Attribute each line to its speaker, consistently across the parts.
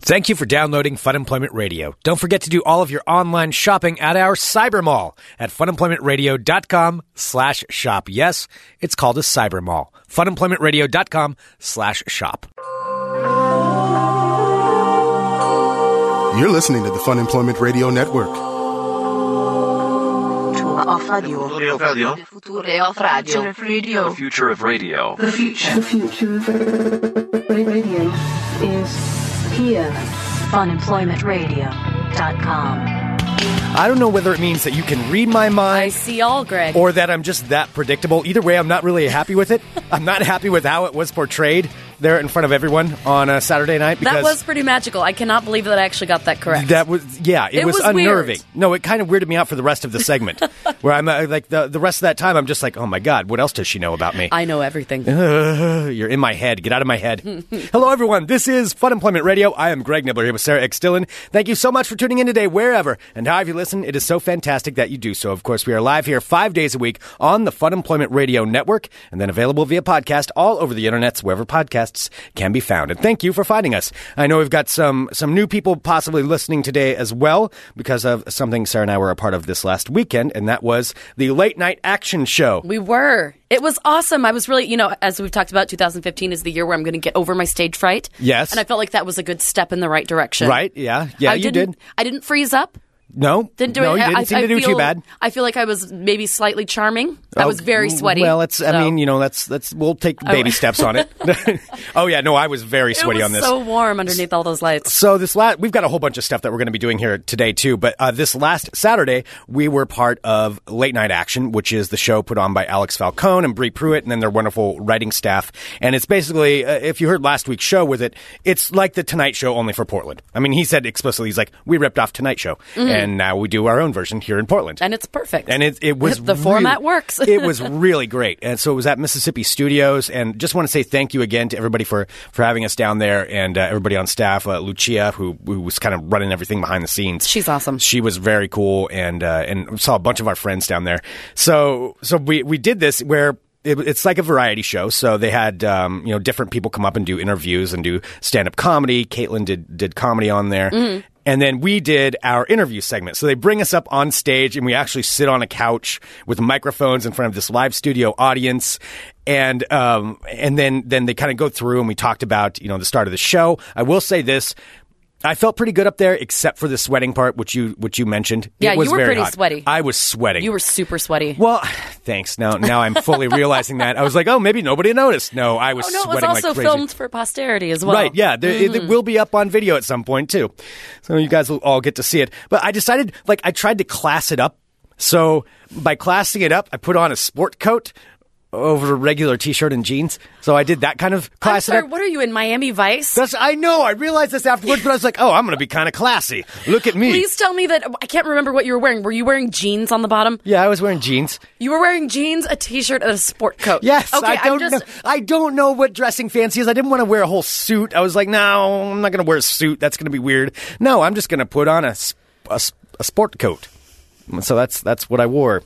Speaker 1: Thank you for downloading Fun Employment Radio. Don't forget to do all of your online shopping at our cyber mall at funemploymentradio.com slash shop. Yes, it's called a cyber mall. funemploymentradio.com slash shop.
Speaker 2: You're listening to the Fun Employment Radio Network.
Speaker 3: Future of radio.
Speaker 4: Future of radio.
Speaker 3: Future of radio. The
Speaker 4: The future of radio.
Speaker 3: future.
Speaker 5: The future of radio is here.
Speaker 6: Funemploymentradio.com.
Speaker 1: I don't know whether it means that you can read my
Speaker 7: I
Speaker 1: mind
Speaker 7: see all, Greg.
Speaker 1: or that I'm just that predictable. Either way, I'm not really happy with it. I'm not happy with how it was portrayed there in front of everyone on a Saturday night because
Speaker 7: that was pretty magical. I cannot believe that I actually got that correct.
Speaker 1: That was yeah, it,
Speaker 7: It
Speaker 1: was,
Speaker 7: was weird.
Speaker 1: unnerving. No, it kind of weirded me out for the rest of the segment, where I'm uh, like the the rest of that time I'm just like, oh my god, what else does she know about me?
Speaker 7: I know everything.
Speaker 1: Uh-huh. You're in my head. Get out of my head. Hello, everyone. This is Fun Employment Radio. I am Greg Nibbler here with Sarah X. Dillon. Thank you so much for tuning in today, wherever and however you listen. It is so fantastic that you do so. Of course, we are live here five days a week on the Fun Employment Radio Network and then available via podcast all over the internets, wherever podcasts can be found. And thank you for finding us. I know we've got some, some new people possibly listening today as well because of something Sarah and I were a part of this last weekend, and that was the late night action show.
Speaker 7: We were. It was awesome. I was really, you know, as we've talked about, 2015 is the year where I'm going to get over my stage fright.
Speaker 1: Yes.
Speaker 7: And I felt like that was a good step in the right direction.
Speaker 1: Right? Yeah. Yeah,
Speaker 7: I
Speaker 1: you
Speaker 7: didn't,
Speaker 1: did.
Speaker 7: I didn't freeze up.
Speaker 1: No,
Speaker 7: Didn't do
Speaker 1: no,
Speaker 7: it.
Speaker 1: you didn't
Speaker 7: I,
Speaker 1: seem
Speaker 7: I
Speaker 1: to do
Speaker 7: feel,
Speaker 1: too bad.
Speaker 7: I feel like I was maybe slightly charming. I was
Speaker 1: Oh,
Speaker 7: very sweaty.
Speaker 1: Well, it's. I
Speaker 7: so-
Speaker 1: mean, you know, that's that's. We'll take baby steps on it. oh yeah, no, I was very
Speaker 7: it
Speaker 1: sweaty
Speaker 7: was
Speaker 1: on this.
Speaker 7: so warm underneath all those lights.
Speaker 1: So this last, we've got a whole bunch of stuff that we're going to be doing here today too. But uh, this last Saturday, we were part of Late Night Action, which is the show put on by Alex Falcone and Bree Pruitt, and then their wonderful writing staff. And it's basically, uh, if you heard last week's show with it, it's like the Tonight Show only for Portland. I mean, he said explicitly, he's like, we ripped off Tonight Show,
Speaker 7: Mm-hmm.
Speaker 1: and now we do our own version here in Portland.
Speaker 7: And it's perfect.
Speaker 1: And it, it was
Speaker 7: The
Speaker 1: really-
Speaker 7: format works.
Speaker 1: it was really great. And so it was at Mississippi Studios. And just want to say thank you again to everybody for for having us down there and uh, everybody on staff. Uh, Lucia, who who was kind of running everything behind the scenes,
Speaker 7: She's awesome.
Speaker 1: She was very cool and uh, and saw a bunch of our friends down there. So so we we did this where. It, it's like a variety show, so they had um, you know different people come up and do interviews and do stand up comedy. Caitlin did did comedy on there, and then we did our interview segment. So they bring us up on stage and we actually sit on a couch with microphones in front of this live studio audience. And um, and then then they kind of go through and we talked about you know the start of the show. I will say this. I felt pretty good up there, except for the sweating part, which you which you mentioned.
Speaker 7: Yeah,
Speaker 1: it was
Speaker 7: you were
Speaker 1: very
Speaker 7: pretty
Speaker 1: hot.
Speaker 7: sweaty.
Speaker 1: I was sweating.
Speaker 7: you were super sweaty.
Speaker 1: well. Thanks. Now now I'm fully realizing that. I was like, oh, maybe nobody noticed. No, I was
Speaker 7: oh no, it was
Speaker 1: sweating
Speaker 7: also Mm-hmm.
Speaker 1: like crazy.
Speaker 7: filmed for posterity as well.
Speaker 1: Right, yeah. There, it- It will be up on video at some point, too. So you guys will all get to see it. But I decided, like, I tried to class it up. So by classing it up, I put on a sport coat over a regular t shirt and jeans. So I did that kind of
Speaker 7: I'm
Speaker 1: class
Speaker 7: sorry,
Speaker 1: it up.
Speaker 7: what are you in Miami Vice?
Speaker 1: That's, I know. I realized this afterwards, but I was like, oh, I'm going to be kind of classy. Look at me.
Speaker 7: Please tell me that I can't remember what you were wearing. Were you wearing jeans on the bottom?
Speaker 1: Yeah, I was wearing jeans.
Speaker 7: You were wearing jeans, a t-shirt, and a sport coat.
Speaker 1: Yes,
Speaker 7: Okay,
Speaker 1: I don't
Speaker 7: am just,
Speaker 1: know. I don't know what dressing fancy is. I didn't want to wear a whole suit. I was like, no, I'm not going to wear a suit. That's going to be weird. No, I'm just going to put on a, s- a s- a sport coat. So that's that's what I wore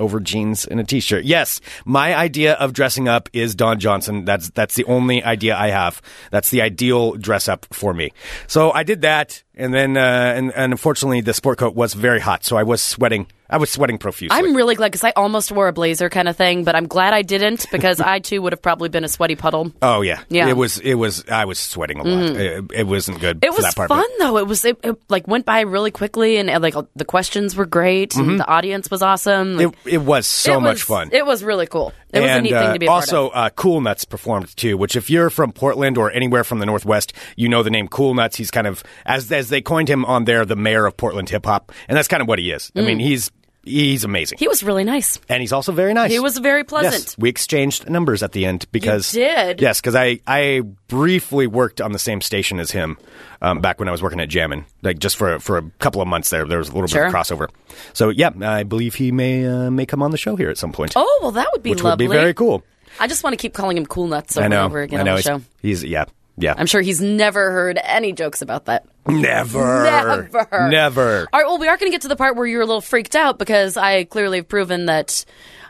Speaker 1: over jeans and a t-shirt. Yes, my idea of dressing up is Don Johnson. That's that's the only idea I have. That's the ideal dress up for me. So I did that, and then uh, and, and unfortunately the sport coat was very hot, so I was sweating. I was sweating profusely.
Speaker 7: I'm really glad because I almost wore a blazer kind of thing, but I'm glad I didn't because I too would have probably been a sweaty puddle.
Speaker 1: Oh yeah,
Speaker 7: Yeah. Mm-hmm.
Speaker 1: It was it was I was sweating a lot. It, it wasn't good.
Speaker 7: It
Speaker 1: for
Speaker 7: was
Speaker 1: that part,
Speaker 7: fun though. It was it, it, like went by really quickly, and, and, like the questions were great, and the audience was awesome.
Speaker 1: But
Speaker 7: Like,
Speaker 1: Mm-hmm. it it was so
Speaker 7: it
Speaker 1: much
Speaker 7: was-
Speaker 1: fun.
Speaker 7: It was really cool. It was a
Speaker 1: and
Speaker 7: neat
Speaker 1: uh,
Speaker 7: thing to be a part of.
Speaker 1: also, uh, Cool Nuts performed too. Which, if you're from Portland or anywhere from the Northwest, you know the name Cool Nuts. He's kind of as as they coined him on there, the mayor of Portland hip hop, and that's kind of what he is. I mean, he's he's amazing,
Speaker 7: Mm. He was really nice.
Speaker 1: and he's also very nice.
Speaker 7: He was very pleasant.
Speaker 1: Yes, we exchanged numbers at the end because
Speaker 7: did?
Speaker 1: Yes, because I I briefly worked on the same station as him um, back when I was working at Jammin, like just for for a couple of months there. There was a little bit of
Speaker 7: Sure.
Speaker 1: crossover. So yeah, I believe he may uh, may come on the show here at some point,
Speaker 7: Oh well, that would be
Speaker 1: which
Speaker 7: lovely.
Speaker 1: would be very cool.
Speaker 7: I just want to keep calling him Cool Nuts over
Speaker 1: I know.
Speaker 7: and over again
Speaker 1: I know.
Speaker 7: on the
Speaker 1: he's-
Speaker 7: show.
Speaker 1: He's, yeah yeah.
Speaker 7: I'm sure he's never heard any jokes about that.
Speaker 1: Never.
Speaker 7: Never.
Speaker 1: Never.
Speaker 7: All right, well, we are going to get to the part where you're a little freaked out because I clearly have proven that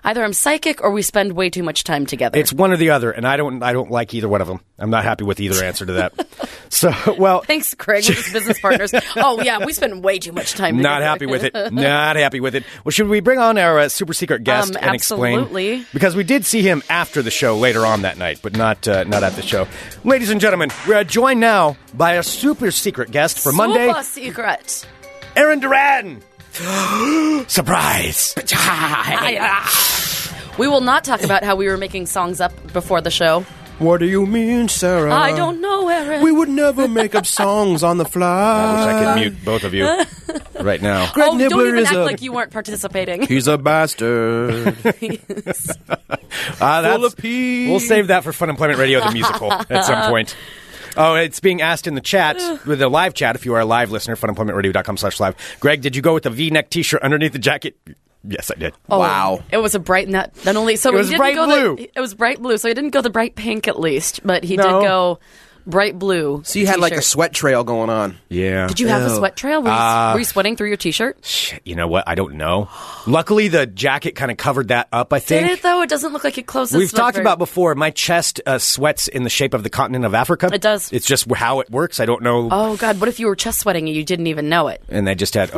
Speaker 7: either I'm psychic or we spend way too much time together.
Speaker 1: It's one or the other, and I don't. I don't like either one of them. I'm not happy with either answer to that. so, well,
Speaker 7: Thanks, Craig, with his business partners. Oh, yeah, we spend way too much time
Speaker 1: not
Speaker 7: together.
Speaker 1: happy with it. Not happy with it. Well, should we bring on our uh, super secret guest
Speaker 7: Um,
Speaker 1: and explain?
Speaker 7: absolutely.
Speaker 1: Because we did see him after the show later on that night, but not uh, not at the show. Ladies and gentlemen, we are joined now by our super secret guest for Monday,
Speaker 7: Super secret.
Speaker 1: Aaron Duran. Surprise!
Speaker 7: ah. We will not talk about how we were making songs up before the show.
Speaker 2: What do you mean,
Speaker 1: Uh,
Speaker 2: Sarah?
Speaker 7: I don't know, Aaron.
Speaker 2: would never make up songs on the
Speaker 1: I wish
Speaker 2: fly.
Speaker 1: I could mute both of you right now.
Speaker 7: oh, don't
Speaker 2: Nibbler
Speaker 7: even
Speaker 2: is
Speaker 7: act
Speaker 2: a-
Speaker 7: like you weren't participating.
Speaker 2: He's a bastard.
Speaker 1: Ah, that's-
Speaker 2: of pee.
Speaker 1: We'll save that for Fun Employment Radio, the musical, at some point. Oh, it's being asked in the chat, with the live chat, if you are a live listener, funemploymentradio.com slash live. Greg, did you go with the V-neck t-shirt underneath the jacket? Yes, I did.
Speaker 7: Oh,
Speaker 2: Wow.
Speaker 7: It was a bright not, not only so
Speaker 1: It
Speaker 7: he
Speaker 1: was
Speaker 7: didn't
Speaker 1: bright
Speaker 7: go
Speaker 1: blue.
Speaker 7: The, it was bright blue, so he didn't go the bright pink at least, but he
Speaker 1: No.
Speaker 7: did go bright blue.
Speaker 6: So you had like a
Speaker 7: t-shirt.
Speaker 6: sweat trail going on.
Speaker 1: Yeah.
Speaker 7: Did you have a
Speaker 6: Ew.
Speaker 7: sweat trail? Were you, were you sweating through your t-shirt?
Speaker 1: You know what? I don't know. Luckily, the jacket kind of covered that up, I think.
Speaker 7: Did it though? It doesn't look like it closes.
Speaker 1: We've
Speaker 7: the
Speaker 1: talked
Speaker 7: very-
Speaker 1: about before. My chest uh, sweats in the shape of the continent of Africa.
Speaker 7: It does.
Speaker 1: It's just how it works. I don't know.
Speaker 7: Oh God! What if you were chest sweating and you didn't even know it?
Speaker 1: And I just had.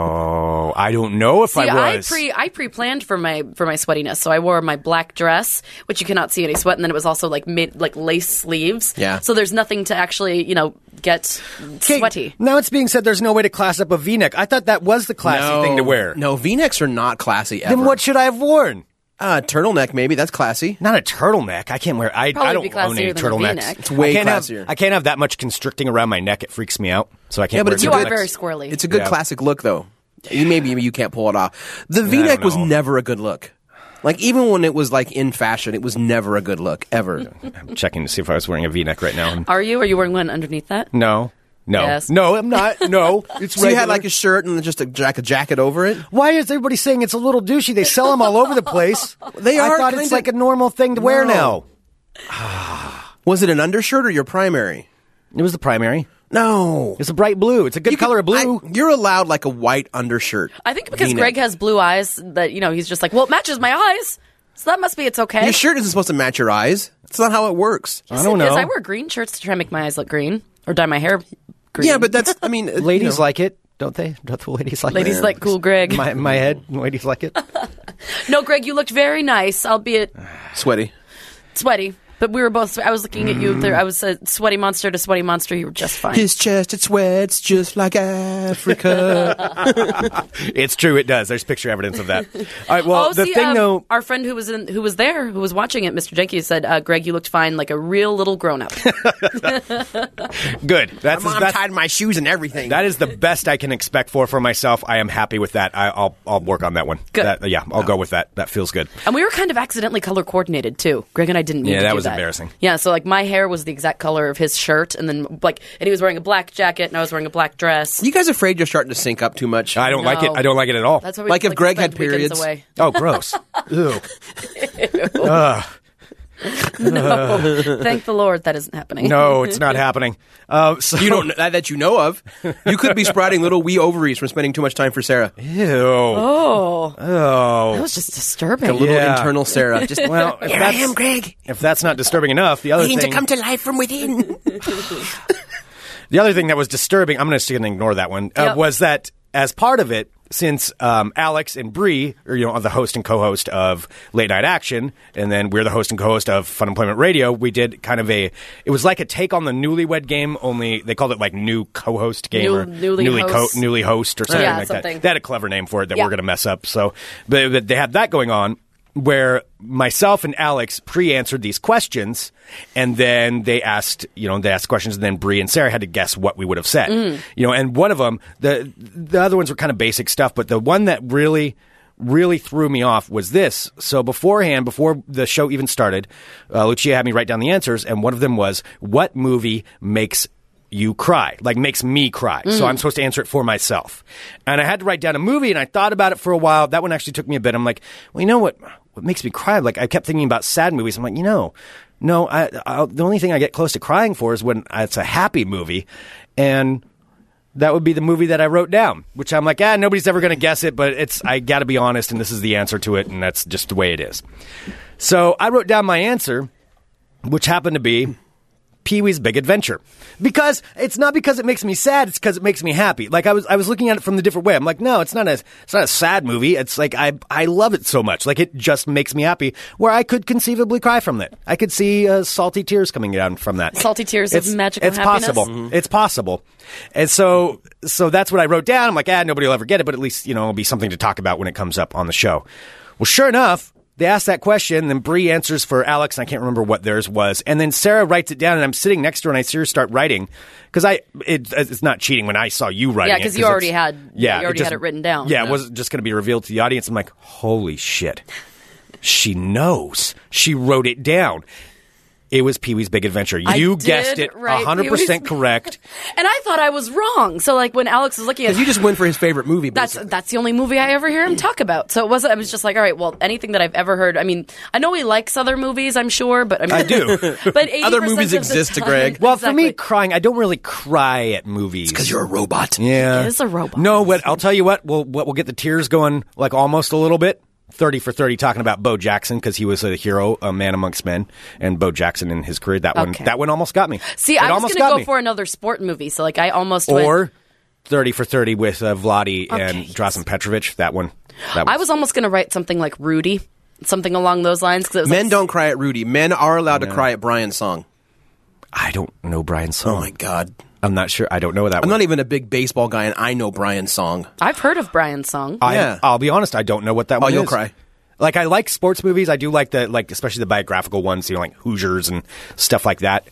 Speaker 1: Oh, I don't know if
Speaker 7: See,
Speaker 1: I
Speaker 7: I,
Speaker 1: was.
Speaker 7: pre I pre planned for my for my sweatiness, so I wore my black dress, which you cannot see any sweat, and then it was also like mid like lace sleeves.
Speaker 6: Yeah.
Speaker 7: So there's nothing to actually you know get
Speaker 1: Okay,
Speaker 7: sweaty.
Speaker 1: Now it's being said there's no way to class up a V-neck. I thought that was the classy thing to wear.
Speaker 6: No, V-necks are not classy ever.
Speaker 1: Then what should I have worn?
Speaker 6: Uh, turtleneck maybe that's classy.
Speaker 1: Not a turtleneck. I can't wear. I, I
Speaker 7: Probably
Speaker 1: don't
Speaker 7: be
Speaker 1: own any
Speaker 7: classier than a
Speaker 1: turtlenecks.
Speaker 7: V-neck.
Speaker 6: It's way
Speaker 1: I can't
Speaker 6: classier.
Speaker 1: Have, I can't have that much constricting around my neck. It freaks me out. So I can't.
Speaker 6: Yeah, but
Speaker 1: wear
Speaker 6: it's
Speaker 7: You
Speaker 6: a
Speaker 7: are
Speaker 6: good-
Speaker 7: very squirrely.
Speaker 6: It's a good
Speaker 1: Yeah.
Speaker 6: classic look though. You- Maybe you can't pull it off. The V-neck was
Speaker 1: know.
Speaker 6: never a good look. Like even when it was like in fashion, it was never a good look ever.
Speaker 1: I'm checking to see if I was wearing a V-neck right now.
Speaker 7: Are you? Are you wearing one underneath that?
Speaker 1: No. No.
Speaker 7: Yes.
Speaker 1: No, I'm not. No. It's
Speaker 6: so you had
Speaker 1: regular.
Speaker 6: like a shirt and just a, jack- a jacket over it.
Speaker 1: Why is everybody saying it's a little douchey? They sell them all over the place.
Speaker 6: They
Speaker 1: I
Speaker 6: are
Speaker 1: thought it's
Speaker 6: kinda-
Speaker 1: like a normal thing to wear
Speaker 6: No.
Speaker 1: now.
Speaker 6: Was it an undershirt or your primary?
Speaker 1: It was the primary.
Speaker 6: No.
Speaker 1: It's a bright blue. It's a good
Speaker 6: You could-
Speaker 1: color of blue.
Speaker 6: I- you're allowed like a white undershirt.
Speaker 7: I think because
Speaker 6: V-neck.
Speaker 7: Greg has blue eyes, that you know he's just like, well, it matches my eyes, so that must be it's okay.
Speaker 6: Your shirt isn't supposed to match your eyes. It's not how it works.
Speaker 1: I don't
Speaker 7: Because
Speaker 1: know.
Speaker 7: I wear green shirts to try and make my eyes look green or dye my hair green.
Speaker 6: Yeah, but that's. I mean, it- you
Speaker 1: Ladies
Speaker 6: know.
Speaker 1: like it, don't they? Don't the ladies like
Speaker 7: Ladies
Speaker 1: it?
Speaker 7: like cool Greg.
Speaker 1: My, my head, ladies like it.
Speaker 7: no, Greg, you looked very nice, albeit
Speaker 6: sweaty.
Speaker 7: sweaty. But we were both. I was looking at you. There,
Speaker 1: Mm.
Speaker 7: I was a sweaty monster to sweaty monster. You were just fine.
Speaker 6: His chest it sweats just like Africa.
Speaker 1: It's true, it does. There's picture evidence of that. All right, well,
Speaker 7: oh,
Speaker 1: the
Speaker 7: see,
Speaker 1: thing
Speaker 7: um,
Speaker 1: though,
Speaker 7: our friend who was in, who was there, who was watching it, Mr. Jenkins said, uh, "Greg, you looked fine, like a real little grown up."
Speaker 1: good. That's,
Speaker 6: Mom
Speaker 1: that's
Speaker 6: tied my shoes and everything.
Speaker 1: that is the best I can expect for for myself. I am happy with that. I, I'll I'll work on that one.
Speaker 7: Good.
Speaker 1: That- yeah, I'll go with that. That feels good.
Speaker 7: and we were kind of accidentally color coordinated too. Greg and I didn't mean
Speaker 1: Yeah,
Speaker 7: to
Speaker 1: that
Speaker 7: do
Speaker 1: was embarrassing.
Speaker 7: Yeah, so like my hair was the exact color of his shirt, and then like, and he was wearing a black jacket, and I was wearing a black dress.
Speaker 6: you guys afraid you're starting to sync up too much?
Speaker 1: I don't like it.
Speaker 7: No.
Speaker 1: I don't like it at all.
Speaker 7: That's why we
Speaker 6: Like if Greg had
Speaker 7: spend
Speaker 6: periods.
Speaker 7: weekends Away.
Speaker 1: oh, gross. Ew.
Speaker 7: No, thank the Lord that isn't happening.
Speaker 1: No, it's not happening. Uh, so
Speaker 6: You don't that, that you know of. You could be sprouting little wee ovaries from spending too much time for Sarah.
Speaker 1: Ew. Oh.
Speaker 7: Oh, that
Speaker 1: oh.
Speaker 7: was just disturbing.
Speaker 6: Little
Speaker 1: Yeah.
Speaker 6: internal Sarah. Just
Speaker 1: Well, if
Speaker 6: here I
Speaker 1: that's-
Speaker 6: am, Greg,
Speaker 1: If that's not disturbing enough, the other
Speaker 6: needing to
Speaker 1: thing
Speaker 6: come to life from within.
Speaker 1: The other thing that was disturbing, I'm going to and ignore that one, uh,
Speaker 7: Yep.
Speaker 1: was that as part of it, since um, Alex and Bree are you know the host and co-host of Late Night Action, and then we're the host and co-host of Fun Employment Radio, we did kind of a it was like a take on the Newlywed Game, only they called it like new co-host game
Speaker 7: New-
Speaker 1: or
Speaker 7: newly host.
Speaker 1: newly host or something
Speaker 7: Yeah,
Speaker 1: like
Speaker 7: something.
Speaker 1: that. They had a clever name for it that
Speaker 7: Yeah.
Speaker 1: we're going to mess up. So, but, but they had that going on where myself and Alex pre-answered these questions, and then they asked, you know, they asked questions, and then Bree and Sarah had to guess what we would have said, you know. And one of them, the the other ones were kind of basic stuff, but the one that really really threw me off was this. So beforehand, before the show even started, uh, Lucia had me write down the answers, and one of them was, "What movie makes you cry, like makes me cry. So I'm supposed to answer it for myself. And I had to write down a movie and I thought about it for a while. That one actually took me a bit. I'm like, well, you know what, what makes me cry? Like I kept thinking about sad movies. I'm like, you know, no, I, I, the only thing I get close to crying for is when it's a happy movie. And that would be the movie that I wrote down, which I'm like, ah, nobody's ever going to guess it, but it's I got to be honest, and this is the answer to it, and that's just the way it is. So I wrote down my answer, which happened to be Pee Wee's Big Adventure, because it's not because it makes me sad; it's because it makes me happy. Like I was, I was looking at it from the different way. I'm like, no, it's not a, it's not a sad movie. It's like I, I love it so much. Like it just makes me happy. Where I could conceivably cry from it, I could see uh, salty tears coming down from that.
Speaker 7: Salty tears of magical
Speaker 1: It's
Speaker 7: happiness?
Speaker 1: possible. It's possible. And so so that's what I wrote down. I'm like, ah, nobody will ever get it, but at least, you know, it'll be something to talk about when it comes up on the show. Well, sure enough, they asked that question, then Bree answers for Alex, and I can't remember what theirs was. And then Sarah writes it down, and I'm sitting next to her, and I see her start writing. Because I, it, it's not cheating when I saw you writing
Speaker 7: Yeah,
Speaker 1: it,
Speaker 7: 'cause you already
Speaker 1: it's-
Speaker 7: had- you already had it written down.
Speaker 1: Yeah, it
Speaker 7: Yeah.
Speaker 1: wasn't just going to be revealed to the audience. I'm like, holy shit. She knows. She wrote it down. It was Pee Wee's Big Adventure.
Speaker 7: I
Speaker 1: You guessed
Speaker 7: did
Speaker 1: it
Speaker 7: write
Speaker 1: 100%
Speaker 7: Pee-wee's-
Speaker 1: correct.
Speaker 7: And I thought I was wrong. So like when Alex was looking at
Speaker 6: You just went for his favorite movie.
Speaker 7: that's
Speaker 6: basically.
Speaker 7: that's the only movie I ever hear him talk about. So it wasn't. I was just like, all right, well, anything that I've ever heard. I mean, I know he likes other movies, I'm sure, but I, mean,
Speaker 1: I do.
Speaker 7: But 80%
Speaker 6: Other movies
Speaker 7: of the
Speaker 6: exist to
Speaker 7: time-
Speaker 6: Greg.
Speaker 1: Well, for me,
Speaker 7: Exactly.
Speaker 1: crying, I don't really cry at movies
Speaker 6: because you're a robot.
Speaker 1: yeah,
Speaker 7: He is a robot.
Speaker 1: No, what I'll tell you what, we'll what, we'll get the tears going like almost a little bit. Thirty for thirty, talking about Bo Jackson because he was a hero, a man amongst men, and Bo Jackson in his career. That
Speaker 7: Okay.
Speaker 1: one, that one almost got me.
Speaker 7: See,
Speaker 1: It
Speaker 7: I was
Speaker 1: almost
Speaker 7: gonna
Speaker 1: got
Speaker 7: go
Speaker 1: me.
Speaker 7: for another sport movie. So like, I almost went,
Speaker 1: or thirty for thirty with uh, Vladi and
Speaker 7: yes.
Speaker 1: Drazen Petrovic. That one, that
Speaker 7: I was almost gonna write something like Rudy, something along those lines. Because
Speaker 6: Men don't cry at Rudy. Men are allowed to cry at Brian's song.
Speaker 1: I don't know Brian's
Speaker 6: Oh
Speaker 1: song.
Speaker 6: my god.
Speaker 1: I'm not sure. I don't know that one.
Speaker 6: I'm not even a big baseball guy, and I know Brian's song.
Speaker 7: I've heard of Brian's song.
Speaker 1: I,
Speaker 6: Yeah.
Speaker 1: I'll be honest. I don't know what that one
Speaker 6: Oh, you'll
Speaker 1: is.
Speaker 6: cry.
Speaker 1: Like I like sports movies. I do like the like especially the biographical ones, you know, like Hoosiers and stuff like that.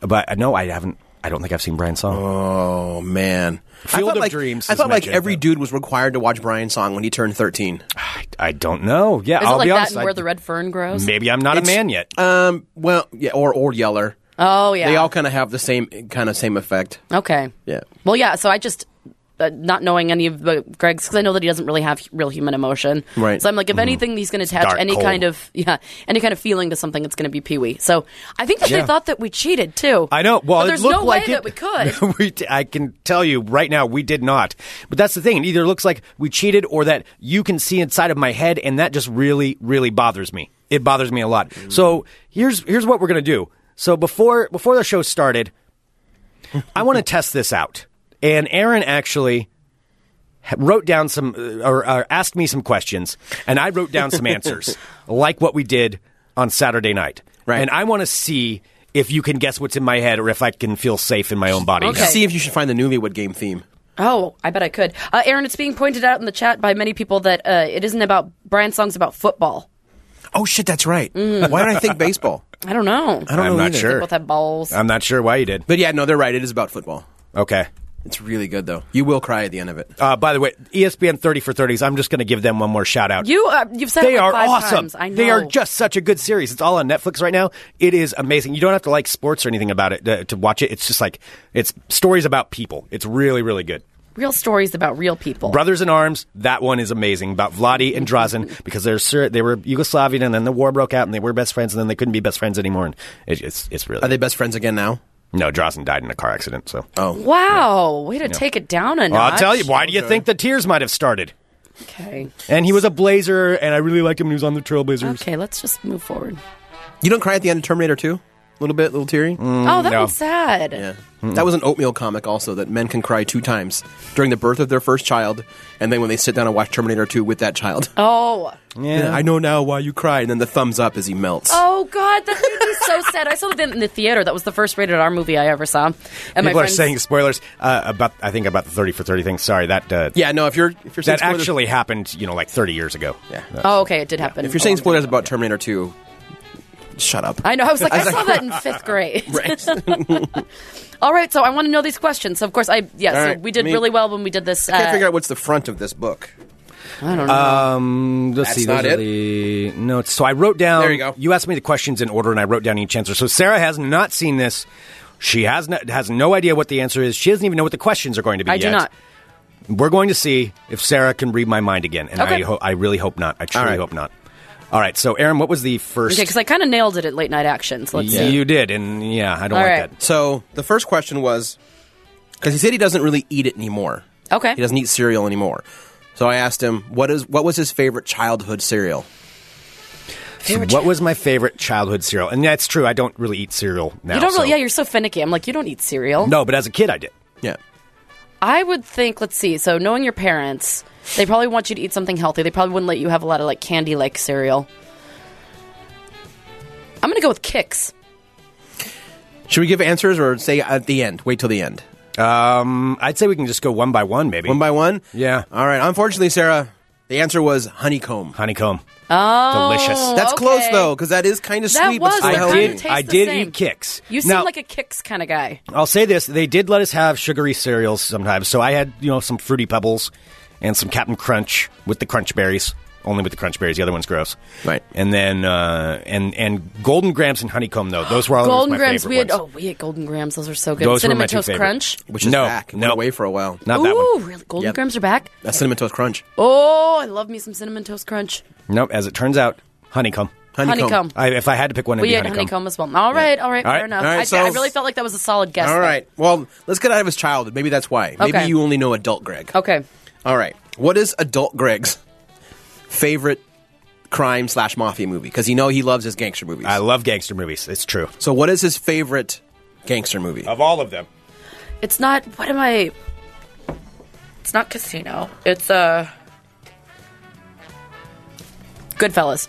Speaker 1: But uh, no, I haven't. I don't think I've seen Brian's song.
Speaker 6: Oh man, I
Speaker 1: Field
Speaker 6: thought,
Speaker 1: of
Speaker 6: like,
Speaker 1: Dreams
Speaker 6: I
Speaker 1: is
Speaker 6: thought like
Speaker 1: mentioned,
Speaker 6: every
Speaker 1: but-
Speaker 6: dude was required to watch Brian's song when he turned 13.
Speaker 1: I, I don't know. Yeah,
Speaker 7: is
Speaker 1: I'll
Speaker 7: it like
Speaker 1: be
Speaker 7: that
Speaker 1: honest.
Speaker 7: and
Speaker 1: I-
Speaker 7: where the red fern grows?
Speaker 1: maybe I'm not a man yet.
Speaker 6: Um, well, yeah, or or Yeller.
Speaker 7: Oh yeah.
Speaker 6: They all kind of have the same kind of same effect.
Speaker 7: Okay.
Speaker 6: Yeah.
Speaker 7: Well, yeah. So I just. Uh, not knowing any of the Greg's, because I know that he doesn't really have hu- real human emotion.
Speaker 6: Right.
Speaker 7: So I'm like, if anything, he's going to attach
Speaker 1: Mm-hmm. dark,
Speaker 7: any
Speaker 1: cold.
Speaker 7: kind of yeah, any kind of feeling to something. It's going to be Pee Wee. So I think that they
Speaker 1: Yeah.
Speaker 7: thought that we cheated too.
Speaker 1: I know. Well,
Speaker 7: but there's
Speaker 1: it looked
Speaker 7: no
Speaker 1: like
Speaker 7: way
Speaker 1: it.
Speaker 7: that we could.
Speaker 1: we d- I can tell you right now, we did not. But that's the thing. It either looks like we cheated, or that you can see inside of my head, and that just really, really bothers me. It bothers me a lot. So here's here's what we're gonna do. So before before the show started, I want to test this out. And Aaron actually ha- wrote down some uh, or, or asked me some questions, and I wrote down some answers, like what we did on Saturday night.
Speaker 6: Right.
Speaker 1: And I want to see if you can guess what's in my head or if I can feel safe in my own body.
Speaker 7: Okay.
Speaker 6: See if you should find the Newlywood game theme.
Speaker 7: Oh, I bet I could. Uh, Aaron, it's being pointed out in the chat by many people that uh, it isn't about Brian's songs about football.
Speaker 6: Oh shit, that's right. Why did I think baseball?
Speaker 7: I don't know. I
Speaker 6: don't
Speaker 1: I'm
Speaker 6: know
Speaker 1: not
Speaker 6: either.
Speaker 1: sure.
Speaker 7: Both have balls.
Speaker 1: I'm not sure why you did.
Speaker 6: But yeah, no, they're right. It is about football.
Speaker 1: Okay.
Speaker 6: It's really good though. You will cry at the end of it.
Speaker 1: Uh, by the way, ESPN 30 for 30s, I'm just going to give them one more shout out.
Speaker 7: you uh, you've said it
Speaker 1: they
Speaker 7: like
Speaker 1: are
Speaker 7: five
Speaker 1: awesome.
Speaker 7: times. I know
Speaker 1: They are just such a good series. It's all on Netflix right now. It is amazing. You don't have to like sports or anything about it uh, to, to watch it. It's just like it's stories about people. It's really really good.
Speaker 7: real stories about real people.
Speaker 1: Brothers in Arms, that one is amazing about Vladi and Drazen because they're Ser- they were Yugoslavian and then the war broke out and they were best friends and then they couldn't be best friends anymore and it, it's it's really
Speaker 6: Are they best friends again now? Oh.
Speaker 1: no Drazen died in a car accident so
Speaker 7: Wow, way to take it down a notch.
Speaker 1: Well, I'll tell you why do you think the tears might have started
Speaker 7: Okay,
Speaker 1: and he was a Blazer and I really liked him when he was on the Trailblazers
Speaker 7: okay, let's just move forward.
Speaker 6: You don't cry at the end of Terminator 2? A little bit, a little teary?
Speaker 7: oh, that
Speaker 1: Mm, no.
Speaker 7: one's sad.
Speaker 6: Yeah. That was an oatmeal comic also that men can cry two times during the birth of their first child and then when they sit down and watch Terminator 2 with that child.
Speaker 7: Oh,
Speaker 1: yeah.
Speaker 6: I know now why you cried. And then the thumbs up as he melts.
Speaker 7: oh God, that made me so sad. I saw that in the theater. That was the first rated R movie I ever saw. And my
Speaker 1: people are
Speaker 7: friends,
Speaker 1: saying spoilers uh, about I think about the 30 for 30 thing sorry that uh,
Speaker 6: Yeah, no, if you're if you're
Speaker 1: that
Speaker 6: saying spoilers-
Speaker 1: actually happened you know like 30 years ago Uh,
Speaker 6: Yeah.
Speaker 7: "Oh, okay, it did happen."
Speaker 6: if you're saying spoilers about Terminator 2, shut up.
Speaker 7: I know. I was like, I, saw that in fifth grade. All right, so I want to know these questions. So of course, I yeah.
Speaker 6: All
Speaker 7: so
Speaker 6: right,
Speaker 7: we did
Speaker 6: I mean-
Speaker 7: really well when we did this.
Speaker 6: I can't
Speaker 7: uh,
Speaker 6: figure out what's the front of this book.
Speaker 7: I don't know.
Speaker 1: Um, let's
Speaker 6: That's
Speaker 1: see. those
Speaker 6: not
Speaker 1: are
Speaker 6: it?
Speaker 1: The notes. So I wrote down.
Speaker 6: There you go.
Speaker 1: You asked me the questions in order, and I wrote down each answer. So Sarah has not seen this. She has not, has no idea what the answer is. She doesn't even know what the questions are going to be.
Speaker 7: I
Speaker 1: yet.
Speaker 7: do not.
Speaker 1: We're going to see if Sarah can read my mind again, and
Speaker 7: Okay.
Speaker 1: I ho- I really hope not. I truly
Speaker 6: right.
Speaker 1: hope not. All right. So Aaron, what was the first?
Speaker 7: Okay, because I kind of nailed it at late night action. So let's see.
Speaker 1: you did, and yeah, I don't
Speaker 7: All
Speaker 1: like
Speaker 7: right.
Speaker 1: that.
Speaker 6: So the first question was Because he said he doesn't really eat it anymore.
Speaker 7: Okay.
Speaker 6: He doesn't eat cereal anymore. So I asked him what is what was his favorite childhood cereal.
Speaker 1: So what was my favorite childhood cereal? And that's true. I don't really eat cereal now.
Speaker 7: You don't really,
Speaker 1: so-
Speaker 7: yeah, you're so finicky. I'm like, you don't eat cereal.
Speaker 1: no, but as a kid, I did.
Speaker 6: Yeah.
Speaker 7: I would think, let's see, so knowing your parents, they probably want you to eat something healthy. They probably wouldn't let you have a lot of like candy like cereal. I'm going to go with Kicks.
Speaker 6: Should we give answers or say at the end? Wait till the end.
Speaker 1: Um, I'd say we can just go one by one, maybe.
Speaker 6: One by one.
Speaker 1: Yeah.
Speaker 6: All right. Unfortunately, Sarah, the answer was honeycomb.
Speaker 1: honeycomb. Oh, delicious.
Speaker 6: That's close
Speaker 7: okay.
Speaker 6: though, because that is kind of
Speaker 7: That
Speaker 6: sweet.
Speaker 7: was,
Speaker 6: but still
Speaker 7: it
Speaker 1: I
Speaker 7: kinda
Speaker 6: healthy.
Speaker 1: did.
Speaker 7: tastes
Speaker 1: I
Speaker 7: the
Speaker 1: did
Speaker 7: same.
Speaker 1: eat kicks.
Speaker 7: You seem
Speaker 1: now, Oh,
Speaker 7: like a Kicks kind of guy.
Speaker 1: I'll say this: they did let us have sugary cereals sometimes. So I had, you know, some fruity pebbles and some Captain Crunch with the crunch berries. Only with the crunch berries. The other one's gross.
Speaker 6: Right.
Speaker 1: And then uh, and and golden grams and honeycomb though. Those were always
Speaker 7: Golden
Speaker 1: my
Speaker 7: Grams,
Speaker 1: favorite
Speaker 7: we had,
Speaker 1: ones.
Speaker 7: oh, we had Golden Grams. Those are so good.
Speaker 1: Those were
Speaker 7: Cinnamon
Speaker 1: my two
Speaker 7: Toast
Speaker 1: favorite.
Speaker 7: Crunch.
Speaker 6: Which is
Speaker 1: no,
Speaker 6: back. Went
Speaker 1: No,
Speaker 6: away for a while.
Speaker 1: not
Speaker 7: oh. Ooh,
Speaker 1: that one.
Speaker 7: really? Golden
Speaker 6: Yep.
Speaker 7: Grams are back?
Speaker 6: That cinnamon toast crunch.
Speaker 7: Oh, I love me some Cinnamon Toast Crunch.
Speaker 1: Nope. As it turns out, honeycomb.
Speaker 6: Honeycomb.
Speaker 7: Honeycomb.
Speaker 1: I, if I had to pick one, it'd
Speaker 7: We
Speaker 1: be
Speaker 7: had honeycomb as well. All right, all right,
Speaker 1: All
Speaker 7: fair
Speaker 1: right,
Speaker 7: enough.
Speaker 6: all right,
Speaker 7: I,
Speaker 6: so-
Speaker 7: I really felt like that was a solid guess.
Speaker 6: All
Speaker 7: though.
Speaker 6: right. Well, let's get out of his childhood. Maybe that's why. Maybe
Speaker 7: Okay. Oh.
Speaker 6: you only know adult Greg.
Speaker 7: Okay.
Speaker 6: All right. What is adult Greg's favorite crime slash mafia movie? Because you know he loves his gangster movies.
Speaker 1: I love gangster movies. It's true.
Speaker 6: so what is his favorite gangster movie?
Speaker 1: Of all of them.
Speaker 7: It's not. What am I? It's not casino. It's uh. Goodfellas.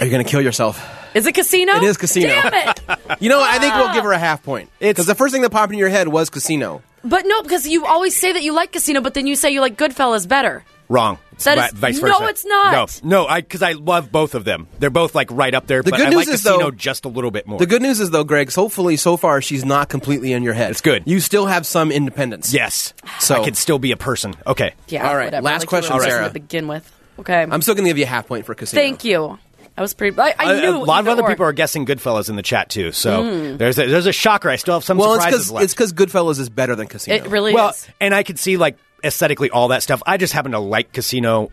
Speaker 6: Are you going to kill yourself?
Speaker 7: Is it casino?
Speaker 6: It is Casino.
Speaker 7: Damn it!
Speaker 6: You know, what? I think
Speaker 1: Ah.
Speaker 6: we'll give her a half point. Because the first thing that popped in your head was Casino.
Speaker 7: But no, because you always say that you like casino, but then you say you like Goodfellas better.
Speaker 1: Wrong. It's
Speaker 7: That
Speaker 1: vi-
Speaker 7: is-
Speaker 1: vice
Speaker 7: no,
Speaker 1: versa.
Speaker 7: it's not.
Speaker 1: No, no, I because I love both of them. They're both like right up there.
Speaker 6: The
Speaker 1: but
Speaker 6: good
Speaker 1: I
Speaker 6: news
Speaker 1: like
Speaker 6: is,
Speaker 1: Casino
Speaker 6: though-
Speaker 1: just a little bit more.
Speaker 6: The good news is, though, Greg, so hopefully so far she's not completely in your head.
Speaker 1: It's good.
Speaker 6: You still have some independence.
Speaker 1: yes,
Speaker 6: So-
Speaker 1: I could still be a person. Okay,
Speaker 7: Oh. Yeah.
Speaker 6: All right,
Speaker 7: Whatever.
Speaker 6: last
Speaker 7: I like
Speaker 6: question,
Speaker 7: to really
Speaker 6: Sarah.
Speaker 7: To begin with. Okay.
Speaker 6: I'm still going to give you a half point for Casino.
Speaker 7: Thank you. I was pretty. I, I
Speaker 1: A-
Speaker 7: knew.
Speaker 1: a, lot of
Speaker 7: either
Speaker 1: other
Speaker 7: or. Hmm.
Speaker 1: people are guessing Goodfellas in the chat too. So there's a, there's a shocker. I still have some
Speaker 6: Well,
Speaker 1: surprises
Speaker 6: it's because
Speaker 1: left.
Speaker 6: it's because Goodfellas is better than Casino.
Speaker 7: It really
Speaker 1: well,
Speaker 7: is.
Speaker 1: and I could see like aesthetically all that stuff. I just happen to like Casino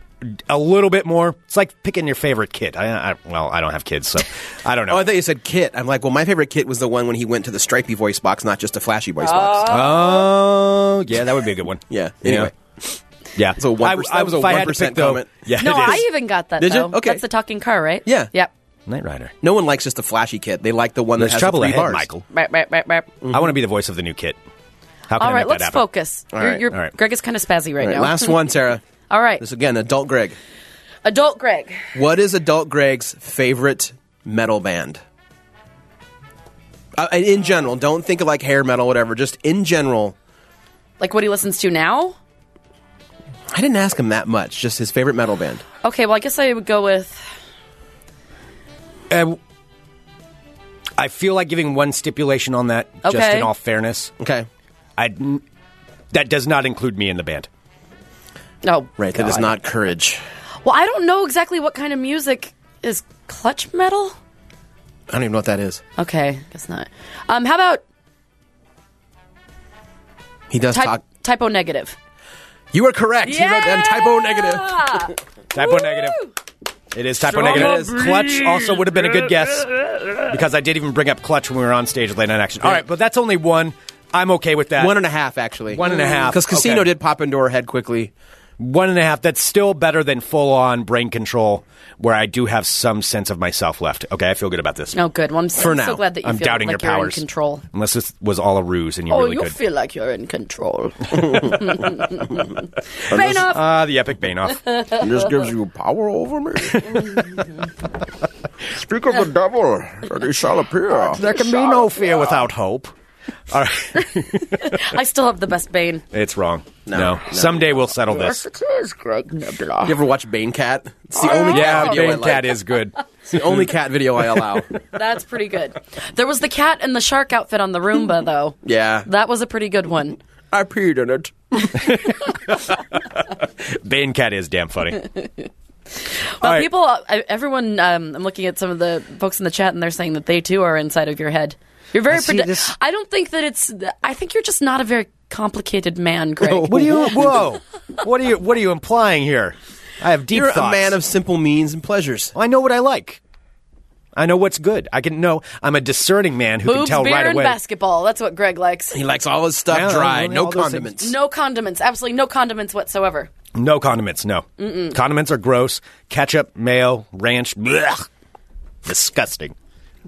Speaker 1: a little bit more. It's like picking your favorite kid. I, I well, I don't have kids, so I don't know.
Speaker 6: Oh, I thought you said Kit. I'm like, well, my favorite Kit was the one when he went to the stripy voice box, not just a flashy voice box.
Speaker 1: Oh, yeah, that would be a good one.
Speaker 6: Yeah. Anyway,
Speaker 1: yeah.
Speaker 6: So one
Speaker 1: I-
Speaker 6: perc-
Speaker 1: I-
Speaker 6: that was a
Speaker 1: if I had to
Speaker 6: 1%
Speaker 1: pick, though-
Speaker 6: comment.
Speaker 1: yeah,
Speaker 7: No,
Speaker 1: it is.
Speaker 7: I even got that.
Speaker 6: Did you?
Speaker 7: though.
Speaker 6: Okay.
Speaker 7: That's the talking car, right?
Speaker 6: Yeah.
Speaker 7: Yep.
Speaker 1: Knight Rider.
Speaker 6: no one likes just a flashy Kit. They like the one
Speaker 1: There's
Speaker 6: that has
Speaker 1: trouble
Speaker 6: the three
Speaker 1: ahead,
Speaker 6: bars. Mm-hmm.
Speaker 1: Michael.
Speaker 7: Right. Right. Right. Right.
Speaker 1: I want to be the voice of the new kid. How can
Speaker 7: All
Speaker 1: I
Speaker 7: right.
Speaker 1: make
Speaker 7: Let's
Speaker 1: that happen?
Speaker 7: focus. You're-
Speaker 6: right,
Speaker 7: you're-
Speaker 1: all right.
Speaker 7: Greg is kind of spazzy right,
Speaker 6: All right,
Speaker 7: now.
Speaker 6: last one, Sarah.
Speaker 7: All right.
Speaker 6: This again, adult Greg.
Speaker 7: Adult Greg.
Speaker 6: What is adult Greg's favorite metal band? Uh, in general, don't think of like hair metal, whatever. Just in general,
Speaker 7: Like what he listens to now?
Speaker 6: I didn't ask him that much. Just his favorite metal band.
Speaker 7: Okay, well, I guess I would go with.
Speaker 1: Uh, I feel like giving one stipulation on that, just
Speaker 7: Okay.
Speaker 1: in all fairness.
Speaker 6: Okay,
Speaker 1: I, that does not include me in the band.
Speaker 7: No.
Speaker 6: right. That is not Courage.
Speaker 7: oh, Well, I don't know exactly what kind of music is clutch metal.
Speaker 6: I don't even know what that is.
Speaker 7: Okay, guess not. Um, how about
Speaker 6: He does
Speaker 7: ty-
Speaker 6: talk.
Speaker 7: typo negative?
Speaker 6: You are correct. He wrote down typo negative.
Speaker 1: um, Typo negative. It is typo negative.
Speaker 6: breeze.
Speaker 1: Clutch also would have been a good guess because I did even bring up Clutch when we were on stage with Late Night Action. All right, but that's only one. I'm okay with that.
Speaker 6: One and a half, actually.
Speaker 1: One and a half,
Speaker 6: Because Casino
Speaker 1: okay.
Speaker 6: did pop into her head quickly.
Speaker 1: One and a half. That's still better than full on brain control, where I do have some sense of myself left. Okay, I feel good about this.
Speaker 7: No, good. Well, I'm, so-
Speaker 1: For
Speaker 7: I'm
Speaker 1: now,
Speaker 7: so glad that you
Speaker 1: I'm
Speaker 7: feel
Speaker 1: doubting
Speaker 7: like
Speaker 1: your
Speaker 7: you're
Speaker 1: powers.
Speaker 7: in control.
Speaker 1: Unless this was all a ruse and you
Speaker 7: oh,
Speaker 1: really
Speaker 7: you
Speaker 1: could.
Speaker 7: feel like you're in control. Fair enough.
Speaker 1: Ah, the epic bane off.
Speaker 2: This gives you power over me. Speak of the devil, and he shall appear.
Speaker 1: there can be no fear without hope. All right.
Speaker 7: I still have the best Bane.
Speaker 1: it's wrong. No. Someday we'll settle this.
Speaker 5: It is Greg Nebula.
Speaker 6: You ever watch Bane Cat? It's the only cat
Speaker 1: Oh, Yeah,
Speaker 6: video I
Speaker 1: Bane
Speaker 6: like.
Speaker 1: Cat is good.
Speaker 6: It's the only cat video I allow.
Speaker 7: That's pretty good. There was the cat and the shark outfit on the Roomba, though.
Speaker 6: Yeah.
Speaker 7: That was a pretty good one.
Speaker 6: I peed in it.
Speaker 1: Bane Cat is damn funny.
Speaker 7: But
Speaker 1: right.
Speaker 7: people, uh, I- everyone, um, I'm looking at some of the folks in the chat, and they're saying that they too are inside of your head. You're very.
Speaker 1: see
Speaker 7: predi-
Speaker 1: this-
Speaker 7: I don't think that it's. I think you're just not a very complicated man, Greg.
Speaker 1: What are you? Whoa! What are you? What are you implying here? I have deep
Speaker 6: You're
Speaker 1: thoughts.
Speaker 6: a man of simple means and pleasures.
Speaker 1: I know what I like. I know what's good. I can know. I'm a discerning man who can
Speaker 7: Boobs,
Speaker 1: tell
Speaker 7: beer,
Speaker 1: right
Speaker 7: and
Speaker 1: away.
Speaker 7: basketball. That's what Greg likes.
Speaker 6: He likes all his stuff
Speaker 1: Yeah,
Speaker 6: dry,
Speaker 1: really,
Speaker 6: no
Speaker 1: all those
Speaker 6: condiments.
Speaker 7: No condiments. Absolutely no condiments whatsoever.
Speaker 1: No condiments. No condiments are gross. Ketchup, mayo, ranch. Blech. Disgusting.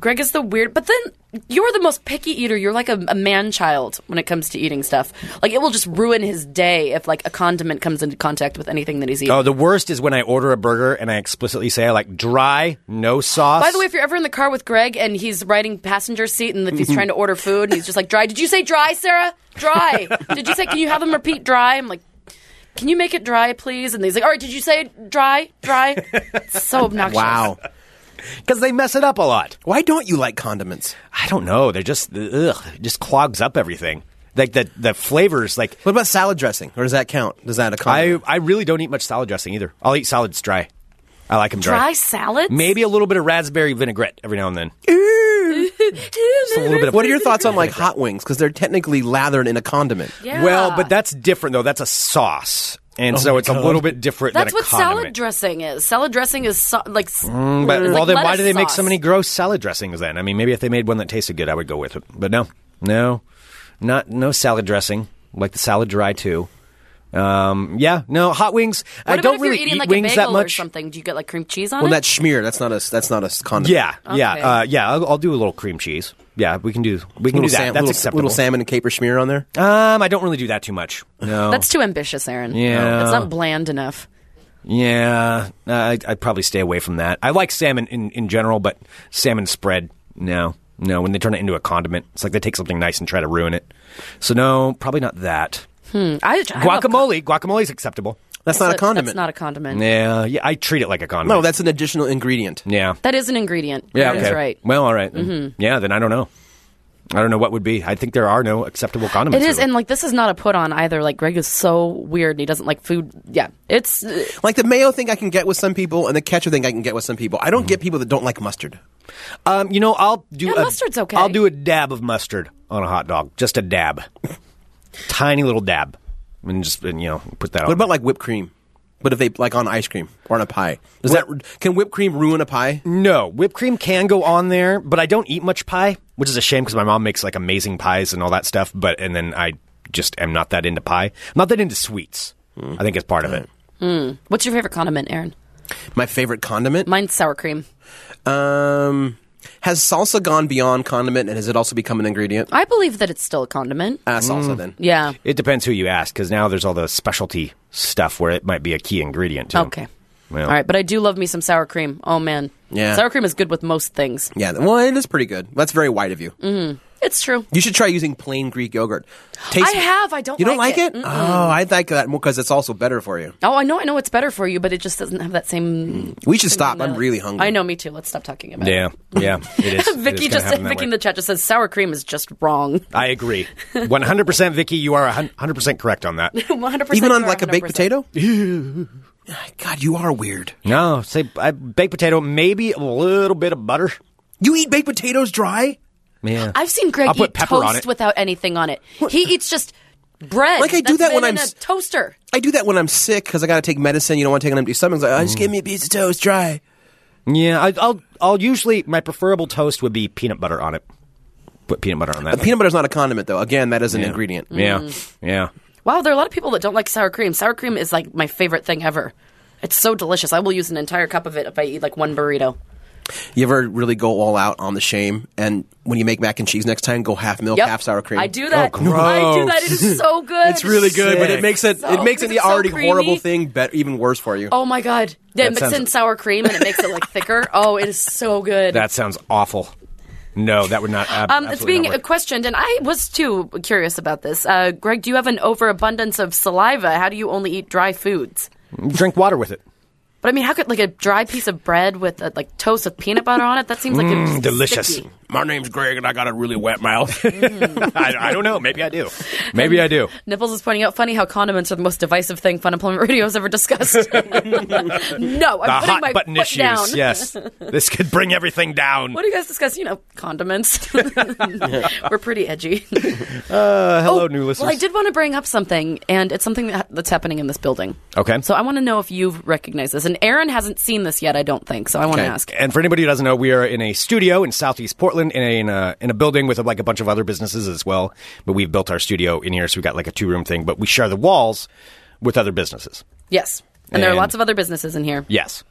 Speaker 7: Greg is the weird, but then you're the most picky eater. You're like a, a man child when it comes to eating stuff. Like it will just ruin his day if like a condiment comes into contact with anything that he's eating.
Speaker 1: Oh, the worst is when I order a burger and I explicitly say I like dry, no sauce.
Speaker 7: By the way, if you're ever in the car with Greg and he's riding passenger seat and if
Speaker 1: Mm-hmm.
Speaker 7: he's trying to order food and he's just like dry, did you say dry, Sarah? Dry. did you say can you have him repeat dry? I'm like, can you make it dry, please? And he's like, all right, did you say dry, dry? It's so obnoxious.
Speaker 6: Wow.
Speaker 1: because they mess it up a lot.
Speaker 6: Why don't you like condiments?
Speaker 1: I don't know. They're just ugh, it just clogs up everything. Like the the flavors. Like
Speaker 6: What about salad dressing? Or does that count? Does that
Speaker 1: I
Speaker 6: a condiment?
Speaker 1: I really don't eat much salad dressing either. I'll eat salads dry. I like them
Speaker 7: Dry salads?
Speaker 1: Maybe a little bit of raspberry vinaigrette every now and then.
Speaker 7: Just
Speaker 1: a little bit of-
Speaker 6: what are your thoughts on like hot wings? Because they're technically lathered in a condiment.
Speaker 7: Yeah.
Speaker 1: Well, but that's different though. That's a sauce, and so it's a little bit different
Speaker 7: That's
Speaker 1: than a
Speaker 7: what salad
Speaker 1: condiment. Mm,
Speaker 7: dressing is. Salad dressing is so, like. s-
Speaker 1: Mm-hmm. but
Speaker 7: Mm-hmm. like
Speaker 1: well, then why
Speaker 7: lettuce
Speaker 1: do they make so
Speaker 7: sauce.
Speaker 1: many gross salad dressings? Then I mean, maybe if they made one that tasted good, I would go with it. But no, no, not no salad dressing like the salad dry too. Um, yeah, no hot wings.
Speaker 7: What
Speaker 1: I
Speaker 7: about
Speaker 1: don't
Speaker 7: if
Speaker 1: really
Speaker 7: you're eating
Speaker 1: eat
Speaker 7: like
Speaker 1: wings
Speaker 7: a
Speaker 1: that
Speaker 7: bagel
Speaker 1: much.
Speaker 7: or something? Do you get like cream cheese on
Speaker 6: Well,
Speaker 7: it?
Speaker 6: that schmear, that's not a that's not a condiment.
Speaker 1: Yeah, yeah,
Speaker 7: Okay.
Speaker 1: uh, yeah. I'll, I'll do a little cream cheese. Yeah, we can do we can
Speaker 6: Little,
Speaker 1: do that.
Speaker 6: sam-
Speaker 1: That's
Speaker 6: little,
Speaker 1: acceptable.
Speaker 6: little salmon and caper schmear on there.
Speaker 1: Um, I don't really do that too much. No.
Speaker 7: That's too ambitious, Aaron.
Speaker 1: Yeah.
Speaker 7: It's not bland enough.
Speaker 1: yeah, uh, I, I'd probably stay away from that. I like salmon in, in general, but salmon spread, no, no. When they turn it into a condiment, it's like they take something nice and try to ruin it. So no, probably not that.
Speaker 7: Mm, I, I love con-
Speaker 1: Guacamole, guacamole's acceptable.
Speaker 6: That's not a
Speaker 7: That's-
Speaker 6: condiment.
Speaker 7: That's not a condiment.
Speaker 1: Yeah, yeah. I treat it like a condiment.
Speaker 6: no, that's an additional ingredient.
Speaker 1: yeah,
Speaker 7: That is an ingredient.
Speaker 1: yeah.
Speaker 7: That
Speaker 1: okay.
Speaker 7: is right. Mm-hmm.
Speaker 1: Well, all right. then. Yeah, then I don't know. I don't know what would be. I think there are no acceptable
Speaker 7: It
Speaker 1: condiments.
Speaker 7: is,
Speaker 1: really.
Speaker 7: and like this is not a put on either. Like Greg is so weird, and he doesn't like food. Yeah, it's uh,
Speaker 6: Like the mayo thing I can get with some people and the ketchup thing I can get with some people. I
Speaker 7: Mm-hmm.
Speaker 6: don't get people that don't like mustard.
Speaker 1: Um, you know, I'll do
Speaker 7: Yeah,
Speaker 1: a,
Speaker 7: mustard's okay.
Speaker 1: I'll do a dab of mustard on a hot dog, just a dab, tiny little dab, and just and, you know put that
Speaker 6: What
Speaker 1: on.
Speaker 6: about like whipped cream? But if they like on ice cream or on a pie, does that can whipped cream ruin a pie?
Speaker 7: Mm.
Speaker 1: no whipped cream can go on there, but I don't eat much pie, which is a shame because my mom makes like amazing pies and all that stuff. But and then I just am not that into pie, I'm not that into sweets. I think it's part
Speaker 7: Hmm.
Speaker 1: of it.
Speaker 7: what's your favorite condiment, Aaron?
Speaker 6: My favorite condiment.
Speaker 7: Mine's sour cream.
Speaker 6: Um, has salsa gone beyond condiment and has it also become an ingredient?
Speaker 7: I believe that it's still a condiment.
Speaker 6: Ah,
Speaker 7: Mm.
Speaker 6: salsa then.
Speaker 7: Yeah.
Speaker 1: It depends who you ask because now there's all the specialty stuff where it might be a key ingredient. To 'em.
Speaker 7: Okay.
Speaker 1: Well.
Speaker 7: All right, but I do love me some sour cream. Oh man,
Speaker 6: Yeah.
Speaker 7: sour cream is good with most things.
Speaker 6: Yeah. Well, it is pretty good. That's very white of you.
Speaker 7: Mm. It's true.
Speaker 6: You should try using plain Greek yogurt. Taste-
Speaker 7: I have. I don't
Speaker 6: You don't
Speaker 7: like
Speaker 6: like
Speaker 7: it.
Speaker 6: it? Oh, I like that more because it's also better for you.
Speaker 7: Oh, I know, I know it's better for you, but it just doesn't have that same.
Speaker 6: We should stop. I'm really hungry.
Speaker 7: I know, me too. Let's stop talking about
Speaker 1: Yeah,
Speaker 7: it.
Speaker 1: yeah, it is. It is
Speaker 7: Vicky
Speaker 1: kinda
Speaker 7: just
Speaker 1: happening that
Speaker 7: Vicky
Speaker 1: way.
Speaker 7: in the chat just says sour cream is just wrong.
Speaker 1: I agree. 100% Vicky, you are 100% correct on that.
Speaker 7: 100%.
Speaker 6: Even on
Speaker 7: you're
Speaker 6: like a baked
Speaker 7: 100%.
Speaker 6: potato. God, you are weird.
Speaker 1: No, say I, baked potato, maybe a little bit of butter.
Speaker 6: You eat baked potatoes dry?
Speaker 1: Yeah.
Speaker 7: I've seen Greg
Speaker 1: I'll put
Speaker 7: eat
Speaker 1: pepper on
Speaker 7: toast
Speaker 1: it.
Speaker 7: without anything on it. He eats just bread.
Speaker 6: Like, I do
Speaker 7: that's
Speaker 6: that when I'm
Speaker 7: been in a
Speaker 6: s-
Speaker 7: toaster.
Speaker 6: I do that when I'm sick because I got to take medicine. You don't want to take an empty stomach. It's Like, oh, just give me a piece of toast dry.
Speaker 1: Yeah, I, I'll I'll usually my preferable toast would be peanut butter on it. Put peanut Mm. butter on that.
Speaker 6: Peanut butter's not a condiment, though. Again, that is an ingredient.
Speaker 1: yeah. Yeah.
Speaker 7: Wow, there are a lot of people that don't like sour cream. Sour cream is like my favorite thing ever. It's so delicious. I will use an entire cup of it if I eat like one burrito.
Speaker 6: You ever really go all out on the shame? And when you make mac and cheese next time, go half milk,
Speaker 7: Yep.
Speaker 6: half sour cream.
Speaker 7: I do that.
Speaker 1: Oh, gross.
Speaker 7: I do that. It is so good.
Speaker 6: It's really good, but
Speaker 1: Sick.
Speaker 6: it makes it
Speaker 7: So-
Speaker 6: it makes it
Speaker 7: because
Speaker 6: the
Speaker 7: it's so
Speaker 6: already
Speaker 7: creamy.
Speaker 6: horrible thing better, even worse for you.
Speaker 7: Oh my god. Yeah, mix
Speaker 1: sounds-
Speaker 7: in sour cream and it makes it like thicker. Oh, it is so good.
Speaker 1: That sounds awful. No, that would not ab-
Speaker 7: um, it's
Speaker 1: absolutely
Speaker 7: being
Speaker 1: not work.
Speaker 7: questioned, and I was too curious about this. Uh, Greg, do you have an overabundance of saliva? How do you only eat dry foods?
Speaker 1: drink water with it.
Speaker 7: But I mean, how could like a dry piece of bread with a, like toast with peanut butter on it? That seems like it's
Speaker 1: Mm, delicious.
Speaker 7: sticky. Mm.
Speaker 2: My name's Greg, and I got a really wet mouth.
Speaker 1: I, I don't know, maybe I do. Maybe I do.
Speaker 7: Nipples is pointing out funny how condiments are the most divisive thing Fun Employment Radio has ever discussed. no, I'm
Speaker 1: The
Speaker 7: putting
Speaker 1: hot
Speaker 7: my
Speaker 1: button
Speaker 7: foot
Speaker 1: issues.
Speaker 7: down.
Speaker 1: Yes. This could bring everything down.
Speaker 7: What do you guys discuss? You know, condiments. We're pretty edgy.
Speaker 1: Uh, hello
Speaker 7: Oh,
Speaker 1: new listeners.
Speaker 7: Well, I did want to bring up something, and it's something that, that's happening in this building.
Speaker 1: Okay.
Speaker 7: So I want to know if you've recognized this. And and Aaron hasn't seen this yet. I don't think so. I want to
Speaker 6: Okay.
Speaker 7: ask.
Speaker 1: And for anybody who doesn't know, we are in a studio in Southeast Portland in a, in a in a building with like a bunch of other businesses as well. But we've built our studio in here, so we got like a two room thing. But we share the walls with other businesses.
Speaker 7: Yes. And there are
Speaker 1: And-
Speaker 7: lots of other businesses in here.
Speaker 1: Yes.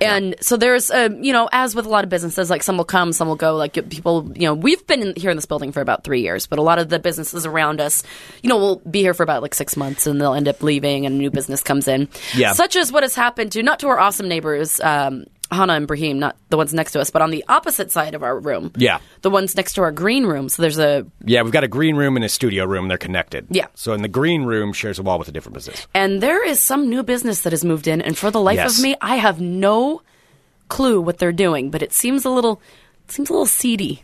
Speaker 7: And so there's, um, you know, as with a lot of businesses, like some will come, some will go. Like people, you know, we've been in, here in this building for about three years, but a lot of the businesses around us, you know, will be here for about like six months and they'll end up leaving and a new business comes in.
Speaker 1: Yeah.
Speaker 7: Such as what has happened to, not to our awesome neighbors, um, Hannah and Brahim, not the ones next to us, but on the opposite side of our room.
Speaker 1: Yeah.
Speaker 7: The ones next to our green room. So there's a,
Speaker 1: Yeah, we've got a green room and a studio room. They're connected.
Speaker 7: Yeah.
Speaker 1: So in the green room shares a wall with a different business.
Speaker 7: and there is some new business that has moved in. And for the life
Speaker 1: Yes.
Speaker 7: of me, I have no clue what they're doing, but it seems a little, it seems a little seedy.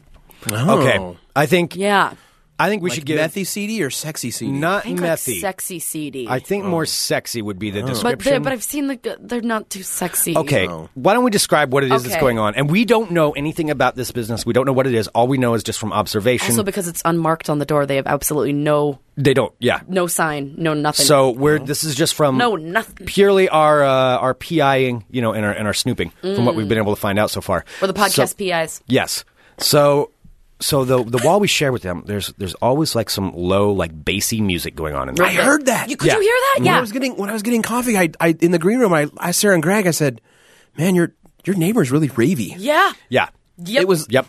Speaker 1: Okay. I think
Speaker 7: Yeah.
Speaker 1: I think we
Speaker 6: Oh. Like
Speaker 1: should give
Speaker 6: methy CD or sexy CD?
Speaker 1: not
Speaker 7: I think like
Speaker 1: methy.
Speaker 7: sexy CD.
Speaker 1: Uh, I think
Speaker 6: Oh.
Speaker 1: more sexy would be the
Speaker 7: but they,
Speaker 1: description.
Speaker 7: but I've seen the they're not too sexy.
Speaker 1: Okay,
Speaker 6: Oh.
Speaker 1: why don't we describe what it is that's
Speaker 7: Okay.
Speaker 1: going on? And we don't know anything about this business. We don't know what it is. All we know is just from observation.
Speaker 7: Also because it's unmarked on the door, they have absolutely no
Speaker 1: they don't. Yeah.
Speaker 7: no sign, no nothing.
Speaker 1: So we're this is just from
Speaker 7: no nothing.
Speaker 1: purely our uh, our PIing, you know, and our and our snooping from what we've been able to find out so far.
Speaker 7: Or the
Speaker 1: So-
Speaker 7: podcast PIs.
Speaker 1: Yes. So so the the wall we share with them, there's there's always like some low like bassy music going on in there.
Speaker 6: I heard that.
Speaker 7: You, could
Speaker 1: Yeah.
Speaker 7: you hear that?
Speaker 6: When I
Speaker 7: Yeah.
Speaker 6: was getting when I was getting coffee, I, I in the green room, I, I Sarah and Greg, I said, "Man, your your neighbor's really ravey."
Speaker 7: Yeah.
Speaker 1: Yeah.
Speaker 7: Yep.
Speaker 6: It was
Speaker 1: Yep.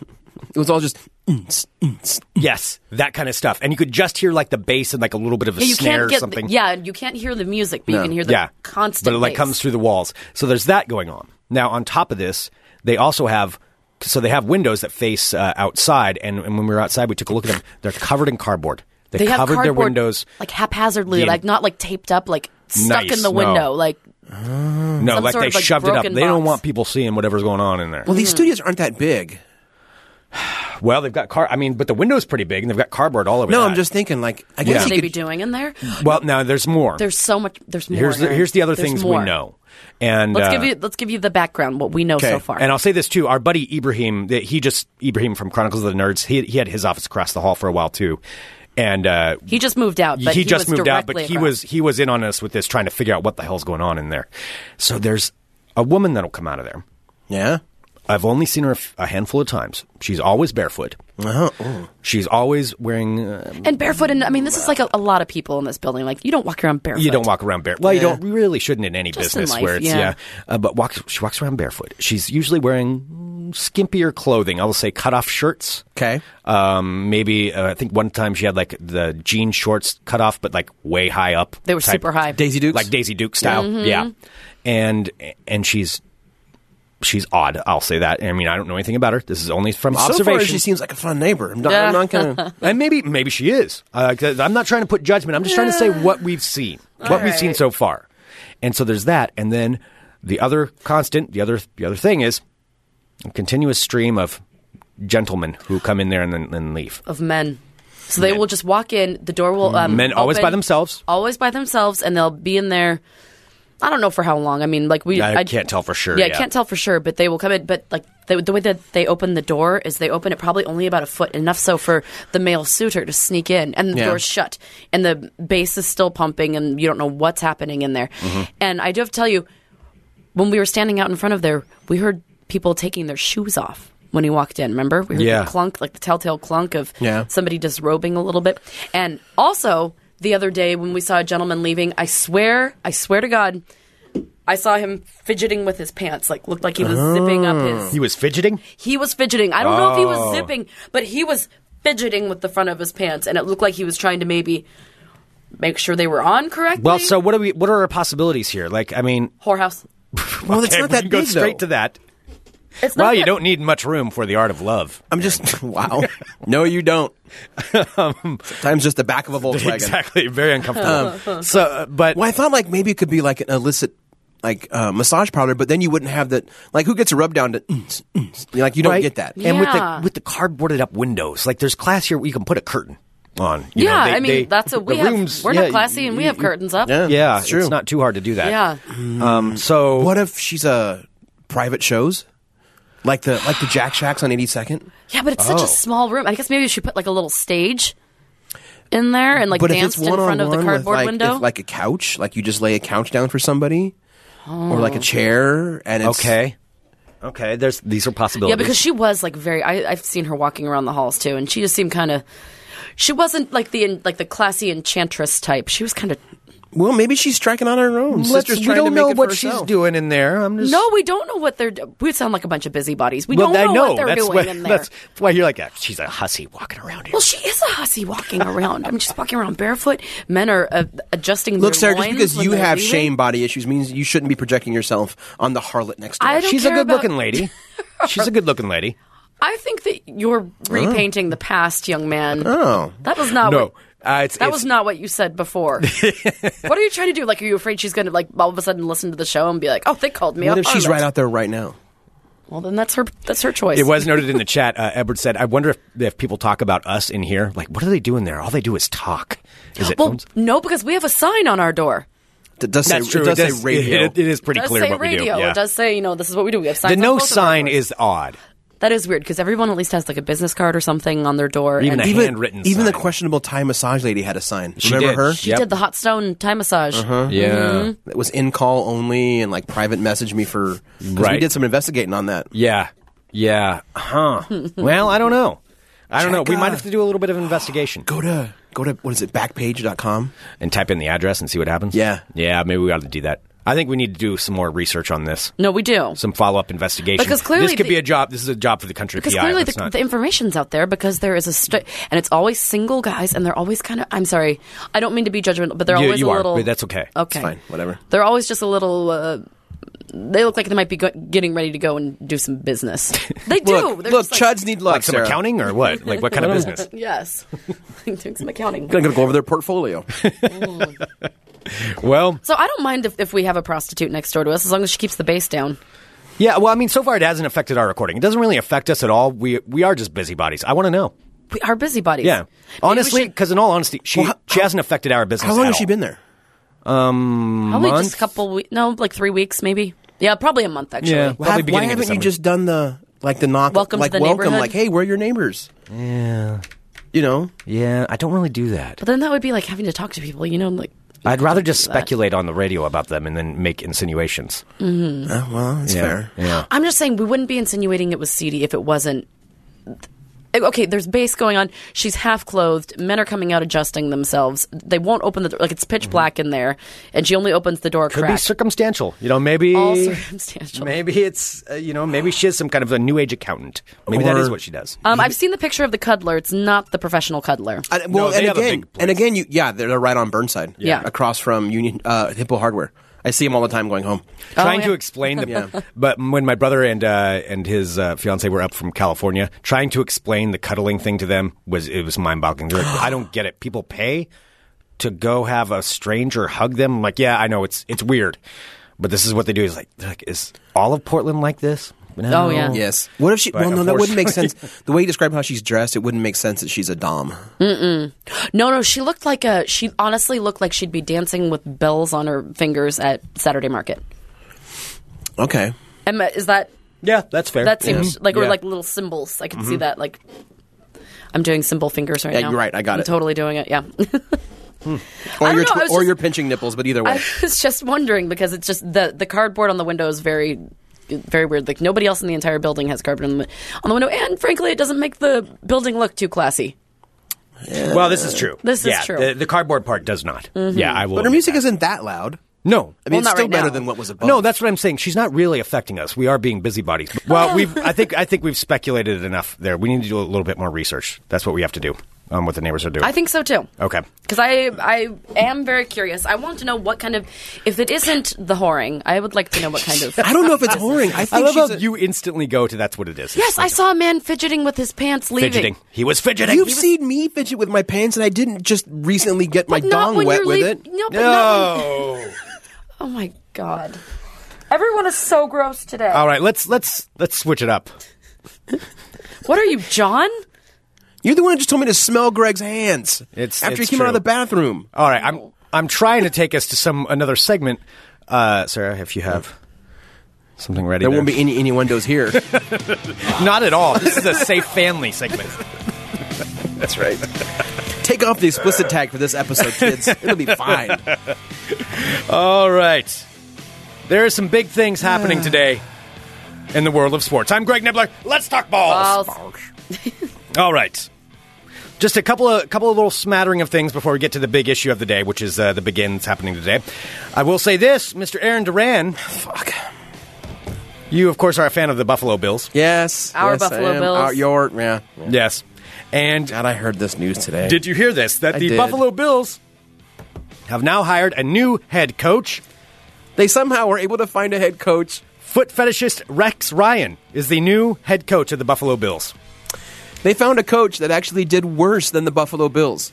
Speaker 6: It was all just. "Mm-ts, mm-ts."
Speaker 1: Yes, that kind of stuff. And you could just hear like the bass and like a little bit of a
Speaker 7: Yeah, you
Speaker 1: snare
Speaker 7: can't
Speaker 1: or
Speaker 7: get
Speaker 1: something.
Speaker 7: yeah, you can't hear the music, but you can hear the
Speaker 1: yeah.
Speaker 7: constant
Speaker 1: But it like
Speaker 7: bass.
Speaker 1: comes through the walls. So there's that going on. Now on top of this, they also have so they have windows that face uh, outside and, and when we were outside we took a look at them. They're covered in cardboard. They,
Speaker 7: they have
Speaker 1: covered their
Speaker 7: cardboard,
Speaker 1: windows.
Speaker 7: like haphazardly,
Speaker 1: Yeah.
Speaker 7: like not like taped up, like stuck
Speaker 1: Nice,
Speaker 7: in
Speaker 1: no.
Speaker 7: the window. Like
Speaker 1: No,
Speaker 7: Mm. some
Speaker 1: like
Speaker 7: sort
Speaker 1: they
Speaker 7: of, like,
Speaker 1: shoved it up. They
Speaker 7: broken
Speaker 1: don't
Speaker 7: box.
Speaker 1: want people seeing whatever's going on in there.
Speaker 6: Well, these studios aren't that big.
Speaker 1: Well, they've got car. I mean, but the window's pretty big, and they've got cardboard all over.
Speaker 6: No,
Speaker 1: that.
Speaker 6: I'm just thinking like I
Speaker 7: what
Speaker 6: guess
Speaker 7: should
Speaker 6: you
Speaker 7: they be
Speaker 6: could,
Speaker 7: doing in there?
Speaker 1: Well, now there's more.
Speaker 7: There's so much. There's more.
Speaker 1: here's the,
Speaker 7: Aaron.
Speaker 1: here's the other
Speaker 7: There's
Speaker 1: things
Speaker 7: more.
Speaker 1: we know, and
Speaker 7: Let's
Speaker 1: uh,
Speaker 7: give you let's give you the background what we know so
Speaker 6: Okay.
Speaker 7: far.
Speaker 1: And I'll say this too: our buddy Ibrahim, that he just Ibrahim from Chronicles of the Nerds. He he had his office across the hall for a while too, and uh,
Speaker 7: he just moved out. But
Speaker 1: he, just
Speaker 7: was
Speaker 1: moved out, but
Speaker 7: directly
Speaker 1: he
Speaker 7: across.
Speaker 1: was he was in on us with this, trying to figure out what the hell's going on in there. So there's a woman that'll come out of there.
Speaker 6: yeah.
Speaker 1: I've only seen her a f- a handful of times. She's always barefoot. She's always wearing. Uh,
Speaker 7: and barefoot. And I mean, this is like a, a lot of people in this building. Like you don't walk around barefoot.
Speaker 1: You don't walk around barefoot. Well, you don't you really shouldn't in any
Speaker 7: Just in
Speaker 1: business
Speaker 7: life,
Speaker 1: where it's
Speaker 7: yeah.
Speaker 1: yeah. Uh, but walks she walks around barefoot. She's usually wearing mm, skimpier clothing. I will say cut off shirts.
Speaker 6: Okay.
Speaker 1: Um, maybe uh, I think one time she had like the jean shorts cut off, but like way high up.
Speaker 7: They were
Speaker 1: type-
Speaker 7: super high. Mm-hmm.
Speaker 6: Daisy Dukes.
Speaker 1: like Daisy Duke style. Yeah, and and she's. She's odd. I'll say that. I mean, I don't know anything about her. This is only from
Speaker 6: So far,
Speaker 1: observation.
Speaker 6: she seems like a fun neighbor. I'm not, I'm not gonna.
Speaker 1: And maybe maybe she is. Uh, 'cause I'm not trying to put judgment. I'm just trying to say what we've seen, what we've seen so far. And so there's that, and then the other constant, the other the other thing is a continuous stream of gentlemen who come in there and then and leave.
Speaker 7: of men. So they will just walk in. The door will um,
Speaker 1: Men always
Speaker 7: open,
Speaker 1: by themselves.
Speaker 7: Always by themselves, and they'll be in there. I don't know for how long. I mean, like we.
Speaker 1: I can't tell for sure,
Speaker 7: Yeah, I
Speaker 1: yeah.
Speaker 7: can't tell for sure, but they will come in. But like the, the way that they open the door is they open it probably only about a foot, enough so for the male suitor to sneak in, and the
Speaker 6: Yeah.
Speaker 7: door's shut, and the bass is still pumping, and you don't know what's happening in there.
Speaker 1: Mm-hmm.
Speaker 7: And I do have to tell you, when we were standing out in front of there, we heard people taking their shoes off when he walked in. Remember, we heard
Speaker 1: Yeah.
Speaker 7: the clunk, like the telltale clunk of
Speaker 6: Yeah.
Speaker 7: somebody disrobing a little bit. And also the other day when we saw a gentleman leaving, I swear, I swear to God, I saw him fidgeting with his pants. Like looked like he was zipping up his.
Speaker 1: He was fidgeting.
Speaker 7: He was fidgeting. I don't know if he
Speaker 1: Oh.
Speaker 7: was zipping, but he was fidgeting with the front of his pants, and it looked like he was trying to maybe make sure they were on correctly.
Speaker 1: Well, so what are we? What are our possibilities here? Like, I mean,
Speaker 7: whorehouse.
Speaker 6: Well, it's
Speaker 1: okay,
Speaker 6: not
Speaker 1: we
Speaker 6: that
Speaker 1: can
Speaker 6: big
Speaker 1: go straight
Speaker 6: though.
Speaker 1: to that.
Speaker 7: It's not
Speaker 1: Well, you
Speaker 7: that-
Speaker 1: don't need much room for the art of love.
Speaker 6: I'm just wow. No, you don't.
Speaker 1: Um,
Speaker 6: Sometimes just the back of a Volkswagen.
Speaker 1: Exactly, very uncomfortable.
Speaker 7: Uh-huh.
Speaker 1: so, uh, but
Speaker 6: Well, I thought like maybe it could be like an illicit like uh, massage parlor, but then you wouldn't have that. Like, who gets a rub down to? "Mm, mm." You're like, you don't
Speaker 1: Right?
Speaker 6: get that.
Speaker 1: And with the
Speaker 7: Yeah.
Speaker 1: with the cardboarded up windows, like there's class here where you can put a curtain on. You know,
Speaker 7: yeah,
Speaker 1: they-
Speaker 7: I mean
Speaker 1: they-
Speaker 7: that's a
Speaker 1: the
Speaker 7: we have.
Speaker 1: rooms-
Speaker 7: we're
Speaker 1: yeah,
Speaker 7: not classy, and we
Speaker 1: you-
Speaker 7: have
Speaker 1: you-
Speaker 7: curtains up.
Speaker 1: Yeah,
Speaker 6: it's true.
Speaker 1: it's not too hard to do that.
Speaker 7: Yeah.
Speaker 1: Um, so
Speaker 6: What if she's a private shows, like the like the Jack Shacks on 82nd?
Speaker 7: Yeah, but it's such
Speaker 1: Oh.
Speaker 7: a small room. I guess maybe we should put like a little stage in there and like
Speaker 6: but if it's
Speaker 7: danced in
Speaker 6: one
Speaker 7: front
Speaker 6: on
Speaker 7: of the
Speaker 6: one with
Speaker 7: cardboard
Speaker 6: like,
Speaker 7: window.
Speaker 6: if, like a couch, like you just lay a couch down for somebody. or
Speaker 7: Oh.
Speaker 6: like a chair, and it's
Speaker 1: Okay. Okay. There's these are possibilities.
Speaker 7: Yeah, because she was like very. I, I've seen her walking around the halls too, and she just seemed kind of. She wasn't like the like the classy enchantress type. She was kind of.
Speaker 6: Well, maybe she's striking on her own.
Speaker 1: Let's,
Speaker 6: Sister's
Speaker 1: we
Speaker 6: trying
Speaker 1: don't
Speaker 6: to make
Speaker 1: know
Speaker 6: it for
Speaker 1: what
Speaker 6: herself.
Speaker 1: she's doing in there. I'm just
Speaker 7: No, we don't know what they're. do- We sound like a bunch of busybodies. We
Speaker 1: Well,
Speaker 7: don't know,
Speaker 1: I know.
Speaker 7: what they're
Speaker 1: that's
Speaker 7: doing
Speaker 1: why,
Speaker 7: in there.
Speaker 1: That's why you're like, "Ah, she's a hussy walking around here.
Speaker 7: Well, she is a hussy walking around. I'm just walking around barefoot. Men are uh, adjusting.
Speaker 6: Look,
Speaker 7: their
Speaker 6: Sarah, just
Speaker 7: loins
Speaker 6: because
Speaker 7: when
Speaker 6: you
Speaker 7: they're
Speaker 6: have
Speaker 7: leaving.
Speaker 6: shame body issues means you shouldn't be projecting yourself on the harlot next door.
Speaker 7: I don't
Speaker 1: she's a
Speaker 7: care
Speaker 1: good
Speaker 7: about-
Speaker 1: looking lady. she's a good looking lady.
Speaker 7: I think that you're repainting the past, young man. Oh, that was not.
Speaker 1: No,
Speaker 7: What,
Speaker 1: uh, it's,
Speaker 7: that
Speaker 1: it's-
Speaker 7: was not what you said before. what are you trying to do? Like, are you afraid she's going to like all of a sudden listen to the show and be like, "Oh, they called me."
Speaker 6: what
Speaker 7: up.
Speaker 6: if she's
Speaker 7: Harlot."
Speaker 6: right out there right now?
Speaker 7: Well, then that's her. That's her choice.
Speaker 1: It was noted in the chat. Uh, Edward said, "I wonder if, if people talk about us in here. Like, what do they do in there? All they do is talk. Is it?
Speaker 7: Well, no, because we have a sign on our door.
Speaker 6: It does
Speaker 1: that's
Speaker 6: say,
Speaker 1: true.
Speaker 6: It does, say radio.
Speaker 1: it- it is pretty
Speaker 7: It does
Speaker 1: clear
Speaker 7: say
Speaker 1: what
Speaker 7: radio.
Speaker 1: we do. Yeah.
Speaker 7: It does say, you know, this is what we do. We have signs.
Speaker 1: the
Speaker 7: on
Speaker 1: no
Speaker 7: both of our
Speaker 1: sign
Speaker 7: doors.
Speaker 1: is odd.
Speaker 7: that is weird because everyone at least has like a business card or something on their door.
Speaker 1: Even
Speaker 7: and
Speaker 1: a
Speaker 6: even
Speaker 1: handwritten
Speaker 6: even the
Speaker 1: sign.
Speaker 6: questionable Thai massage lady had a sign. Remember her?
Speaker 7: she did the hot stone time massage.
Speaker 1: Yeah.
Speaker 7: Mm-hmm.
Speaker 6: That was in call only and like private message me for 'cause We
Speaker 1: Right.
Speaker 6: did some investigating on that.
Speaker 1: Yeah. Yeah. Huh. well, I don't know. I don't know. We might have to do a little bit of investigation
Speaker 6: Go to go to what is it? Backpage.com.
Speaker 1: and type in the address and see what happens.
Speaker 6: Yeah.
Speaker 1: Yeah, maybe we ought to do that. I think we need to do some more research on this.
Speaker 7: No, we do.
Speaker 1: Some follow-up investigation.
Speaker 7: Because clearly
Speaker 1: this could
Speaker 7: the-
Speaker 1: be a job. This is a job for the country
Speaker 7: because
Speaker 1: PI.
Speaker 7: clearly
Speaker 1: Let's
Speaker 7: the,
Speaker 1: not-
Speaker 7: the information's out there because there is a stu- and it's always single guys and they're always kind of I'm sorry I don't mean to be judgmental but they're
Speaker 1: You-
Speaker 7: always
Speaker 1: you
Speaker 7: a
Speaker 1: are,
Speaker 7: little
Speaker 1: but that's okay. It's
Speaker 7: okay
Speaker 6: Fine, whatever.
Speaker 7: they're always just a little uh, they look like they might be go- getting ready to go and do some business they do
Speaker 6: Look,
Speaker 7: They're
Speaker 6: look,
Speaker 7: just like-
Speaker 6: chuds need
Speaker 1: like
Speaker 6: luck.
Speaker 1: some
Speaker 6: Sarah.
Speaker 1: accounting or what? Like what kind of business?
Speaker 7: yes doing some accounting
Speaker 6: I'm gonna go over their portfolio.
Speaker 1: Well,
Speaker 7: so I don't mind if, if we have a prostitute next door to us as long as she keeps the bass down
Speaker 1: yeah. Well, I mean, so far it hasn't affected our recording. It doesn't really affect us at all. We we are just busybodies. I want to know.
Speaker 7: we are busybodies
Speaker 1: Yeah.
Speaker 7: Maybe we
Speaker 1: Honestly,
Speaker 7: should-
Speaker 1: because in all honesty, she
Speaker 6: Well, how-
Speaker 1: she hasn't affected our business.
Speaker 6: How long
Speaker 1: at
Speaker 6: has she
Speaker 1: all.
Speaker 6: been there?
Speaker 7: probably
Speaker 1: month?
Speaker 7: just a couple weeks no like three weeks maybe yeah probably a month actually
Speaker 1: Yeah. Probably
Speaker 6: Have- why
Speaker 1: beginning of
Speaker 6: haven't you
Speaker 1: December.
Speaker 6: just done the like the knock?
Speaker 7: Welcome to
Speaker 6: like
Speaker 7: the
Speaker 6: welcome,
Speaker 7: neighborhood?
Speaker 6: like hey, we're your neighbors. Yeah. You know,
Speaker 1: Yeah, I don't really do that.
Speaker 7: But then that would be like having to talk to people, you know, like
Speaker 1: I'd rather just
Speaker 7: do that.
Speaker 1: speculate on the radio about them and then make insinuations.
Speaker 6: Uh, well, that's fair.
Speaker 1: Yeah.
Speaker 7: I'm just saying we wouldn't be insinuating it was seedy if it wasn't Okay, there's bass going on. She's half clothed. Men are coming out adjusting themselves. They won't open the door. Like, it's
Speaker 6: Mm-hmm.
Speaker 7: pitch black in there, and she only opens the door
Speaker 1: Could
Speaker 7: crack.
Speaker 1: be circumstantial. You know, maybe
Speaker 7: All circumstantial.
Speaker 1: Maybe it's uh, you know, maybe she is some kind of a new age accountant. Maybe that
Speaker 6: Or-
Speaker 1: is what she does.
Speaker 7: um, I've seen the picture of the cuddler. It's not the professional cuddler.
Speaker 6: And, well,
Speaker 1: No, they
Speaker 6: and
Speaker 1: have a
Speaker 6: again,
Speaker 1: big place.
Speaker 6: and again, you yeah, they're, they're right on Burnside.
Speaker 7: Yeah.
Speaker 6: across from Union uh, Hippo Hardware. I see them all the time going home.
Speaker 1: trying
Speaker 7: yeah.
Speaker 1: to explain the
Speaker 6: Yeah.
Speaker 1: but when my brother and uh, and his uh, fiance were up from California, trying to explain the cuddling thing to them was it was mind boggling. Like, I don't get it. People pay to go have a stranger hug them. I'm like, yeah, I know it's it's weird, but this is what they do. Is like, they're like is all of Portland like this? No.
Speaker 7: Oh, yeah.
Speaker 6: Yes. What if she?
Speaker 1: But
Speaker 6: well, no, that wouldn't make sense.
Speaker 1: unfortunately-
Speaker 6: The way you describe how she's dressed, it wouldn't make sense that she's a dom.
Speaker 7: Hmm. No, no, she looked like a. She honestly looked like she'd be dancing with bells on her fingers at Saturday Market.
Speaker 6: Okay.
Speaker 7: Emma, is that
Speaker 1: yeah, that's fair.
Speaker 7: That seems
Speaker 6: Mm-hmm.
Speaker 1: Yeah.
Speaker 7: like or
Speaker 1: Yeah.
Speaker 7: like little symbols. I can see that. Like I'm doing symbol fingers right
Speaker 6: Yeah,
Speaker 7: now.
Speaker 6: you're right. I got
Speaker 7: I'm
Speaker 6: it.
Speaker 7: Totally doing it. Yeah.
Speaker 6: Or
Speaker 7: don't
Speaker 6: you're
Speaker 7: know, I was
Speaker 6: or
Speaker 7: just-
Speaker 6: you're pinching nipples, but either way,
Speaker 7: I was just wondering because it's just the the cardboard on the window is very very weird. Like nobody else in the entire building has cardboard on the, on the window, and frankly, it doesn't make the building look too classy.
Speaker 1: Well, this is true.
Speaker 7: This is
Speaker 1: Yeah,
Speaker 7: true. Mm-hmm.
Speaker 1: The, the cardboard part does not. Yeah, I will.
Speaker 6: but her music isn't that loud.
Speaker 1: no.
Speaker 6: I mean, it's
Speaker 7: not
Speaker 6: still
Speaker 7: right
Speaker 6: better
Speaker 7: now.
Speaker 6: than what was above.
Speaker 1: No, that's what I'm saying. She's not really affecting us. We are being busybodies. Well, we've I think I think we've speculated enough there. We need to do a little bit more research. That's what we have to do on what the neighbors are doing.
Speaker 7: I think so too.
Speaker 1: okay.
Speaker 7: Because I I am very curious. I want to know what kind of if it isn't the whoring, I would like to know what kind of.
Speaker 6: I don't know if it's whoring. I
Speaker 1: I
Speaker 6: think
Speaker 1: love
Speaker 6: she's
Speaker 1: how
Speaker 6: a-
Speaker 1: you instantly go to that's what it is.
Speaker 7: Yes, I saw a man fidgeting with his pants leaving.
Speaker 1: fidgeting. He was fidgeting.
Speaker 6: You've seen me fidget with my pants, and I didn't just recently get my
Speaker 7: But not
Speaker 6: dong
Speaker 7: when
Speaker 6: wet
Speaker 7: you're
Speaker 6: with it.
Speaker 7: leav- No, but not when-
Speaker 1: no.
Speaker 7: Oh my god. Everyone is so gross today.
Speaker 1: All right, let's let's let's switch it up.
Speaker 7: What are you, John?
Speaker 6: You're the one who just told me to smell Greg's hands
Speaker 1: It's-
Speaker 6: after
Speaker 1: it's
Speaker 6: he came out of
Speaker 1: true.
Speaker 6: the bathroom.
Speaker 1: All right, I'm I'm trying to take us to some another segment. Uh, Sarah, if you have something ready,
Speaker 6: There won't be any innuendos here.
Speaker 1: Not at all. This is a safe family segment.
Speaker 6: That's right. Take off the explicit tag for this episode, kids. It'll be fine.
Speaker 1: All right. There are some big things happening today in the world of sports. I'm Greg Nibbler. Let's talk balls.
Speaker 7: Balls.
Speaker 1: All right. Just a couple of couple of little smattering of things before we get to the big issue of the day, which is uh, the begins happening today. I will say this, Mr. Aaron Duran. Fuck. You, of course, are a fan of the Buffalo Bills.
Speaker 6: Yes.
Speaker 7: Our
Speaker 6: yes, I
Speaker 7: Buffalo
Speaker 6: am.
Speaker 7: Bills.
Speaker 6: Our, your, yeah.
Speaker 1: Yes. And uh,
Speaker 6: God, I heard this news today.
Speaker 1: Did you hear this? That
Speaker 6: I
Speaker 1: the
Speaker 6: did.
Speaker 1: Buffalo Bills have now hired a new head coach.
Speaker 6: they somehow were able to find a head coach?
Speaker 1: Foot fetishist Rex Ryan is the new head coach of the Buffalo Bills.
Speaker 6: They found a coach that actually did worse than the Buffalo Bills.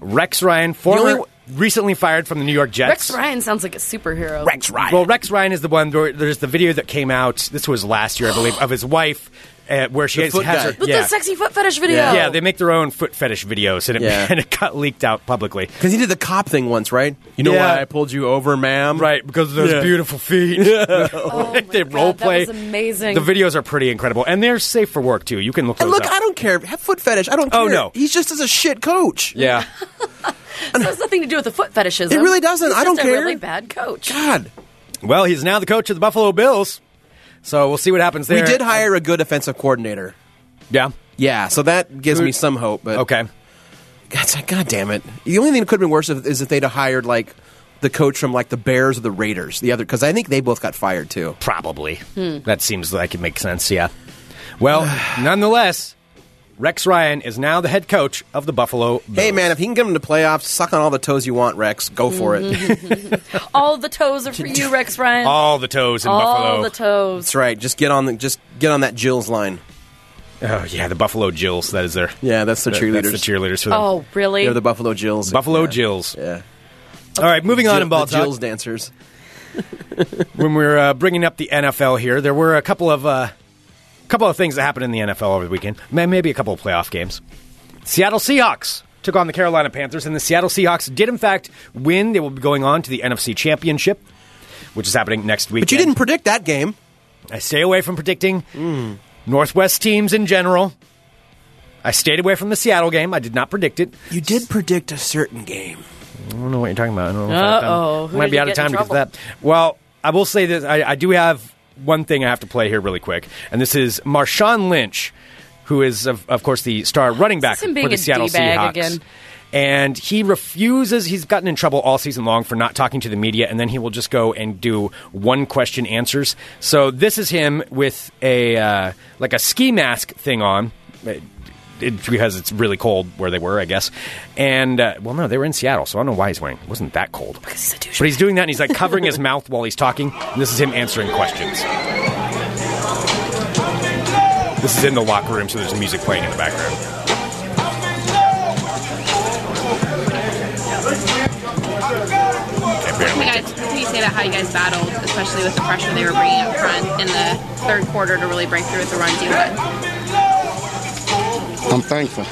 Speaker 1: Rex Ryan, former,
Speaker 6: only-
Speaker 1: recently fired from the New York Jets.
Speaker 7: Rex Ryan sounds like a superhero.
Speaker 2: Rex Ryan.
Speaker 1: Well, Rex Ryan is the one. Where, there's the video that came out. This was last year, I believe, of his wife, uh, where she
Speaker 6: The
Speaker 1: has,
Speaker 6: foot
Speaker 1: has
Speaker 6: guy.
Speaker 1: her.
Speaker 7: With
Speaker 1: yeah.
Speaker 7: the sexy foot fetish video.
Speaker 6: Yeah.
Speaker 1: yeah, they make their own foot fetish videos, and it,
Speaker 6: Yeah.
Speaker 1: and it got leaked out publicly.
Speaker 6: Because he did the cop thing once, right? You know
Speaker 1: Yeah.
Speaker 6: why I pulled you over, ma'am?
Speaker 1: Right, because of those
Speaker 6: Yeah.
Speaker 1: beautiful feet.
Speaker 7: Oh my
Speaker 1: they
Speaker 7: God,
Speaker 1: role play.
Speaker 7: That was amazing.
Speaker 1: The videos are pretty incredible, and they're safe for work too. You can look.
Speaker 6: And
Speaker 1: those
Speaker 6: look,
Speaker 1: up.
Speaker 6: I don't care. Have foot fetish. I don't care.
Speaker 1: Oh, no.
Speaker 6: He's just as a shit coach.
Speaker 1: Yeah.
Speaker 7: This has nothing to do with the foot fetishism.
Speaker 6: It really doesn't.
Speaker 7: He's
Speaker 6: I don't
Speaker 7: just
Speaker 6: care.
Speaker 7: A really bad coach.
Speaker 6: God.
Speaker 1: Well, he's now the coach of the Buffalo Bills, so we'll see what happens there.
Speaker 6: We did hire a good offensive coordinator.
Speaker 1: Yeah.
Speaker 6: Yeah, so that gives me some hope. But
Speaker 1: Okay.
Speaker 6: God, it's like, God damn it! The only thing that could have been worse is if they'd have hired like the coach from like the Bears or the Raiders, the other because I think they both got fired too.
Speaker 1: Probably.
Speaker 7: Hmm.
Speaker 1: That seems like it makes sense. Yeah. Well, nonetheless, Rex Ryan is now the head coach of the Buffalo Bills.
Speaker 6: Hey man, if you can get them to playoffs, suck on all the toes you want, Rex. Go for
Speaker 1: Mm-hmm.
Speaker 6: it.
Speaker 7: All the toes are for you, Rex Ryan.
Speaker 1: all the toes in
Speaker 7: All
Speaker 1: Buffalo.
Speaker 7: the toes.
Speaker 6: That's right. Just get on the just get on that Jill's line.
Speaker 1: oh yeah, the Buffalo Jills. That is their
Speaker 6: Yeah, that's the
Speaker 1: that-
Speaker 6: cheerleaders.
Speaker 1: That's the cheerleaders for them.
Speaker 7: Oh, really?
Speaker 6: They're the Buffalo Jills.
Speaker 1: Buffalo
Speaker 6: yeah.
Speaker 1: Jills.
Speaker 6: Yeah.
Speaker 1: All right, moving on
Speaker 6: Jill-
Speaker 1: in ball
Speaker 6: the Jills
Speaker 1: talk.
Speaker 6: dancers.
Speaker 1: When we're uh, bringing up the NFL here, there were a couple of uh, couple of things that happened in the NFL over the weekend. May- Maybe a couple of playoff games. Seattle Seahawks took on the Carolina Panthers, and the Seattle Seahawks did in fact win. They will be going on to the NFC Championship, which is happening next week.
Speaker 6: But you didn't predict that game.
Speaker 1: I stay away from predicting
Speaker 7: Hmm.
Speaker 1: Northwest teams in general. I stayed away from the Seattle game. I did not predict it.
Speaker 6: You did predict a certain game.
Speaker 1: I don't know what you're talking about. I don't know if I have time.
Speaker 7: Uh-oh. Who
Speaker 1: Might
Speaker 7: did
Speaker 1: be
Speaker 7: you
Speaker 1: out of
Speaker 7: get in
Speaker 1: time because of
Speaker 7: trouble?
Speaker 1: that. Well, I will say this. I, I do have one thing I have to play here really quick, and this is Marshawn Lynch, who is, of, of course, the star running back
Speaker 7: him being
Speaker 1: for the
Speaker 7: a
Speaker 1: Seattle
Speaker 7: D-bag
Speaker 1: Seahawks.
Speaker 7: again?
Speaker 1: And he refuses. He's gotten in trouble all season long for not talking to the media, and then he will just go and do one question answers. So this is him with a uh, like a ski mask thing on. uh, It, because it's really cold where they were, I guess. And uh, well, no, they were in Seattle, so I don't know why he's wearing. It wasn't that cold?
Speaker 7: He's a douchebag.
Speaker 1: But he's doing that, and he's like covering his mouth while he's talking. And this is him answering questions. This is in the locker room, so there's music playing in the background. Okay, bear
Speaker 8: Can
Speaker 1: with
Speaker 8: you guys, can you say about how you guys battled, especially with the pressure they were bringing up front in the third quarter to really break through with the run defense?
Speaker 9: I'm thankful.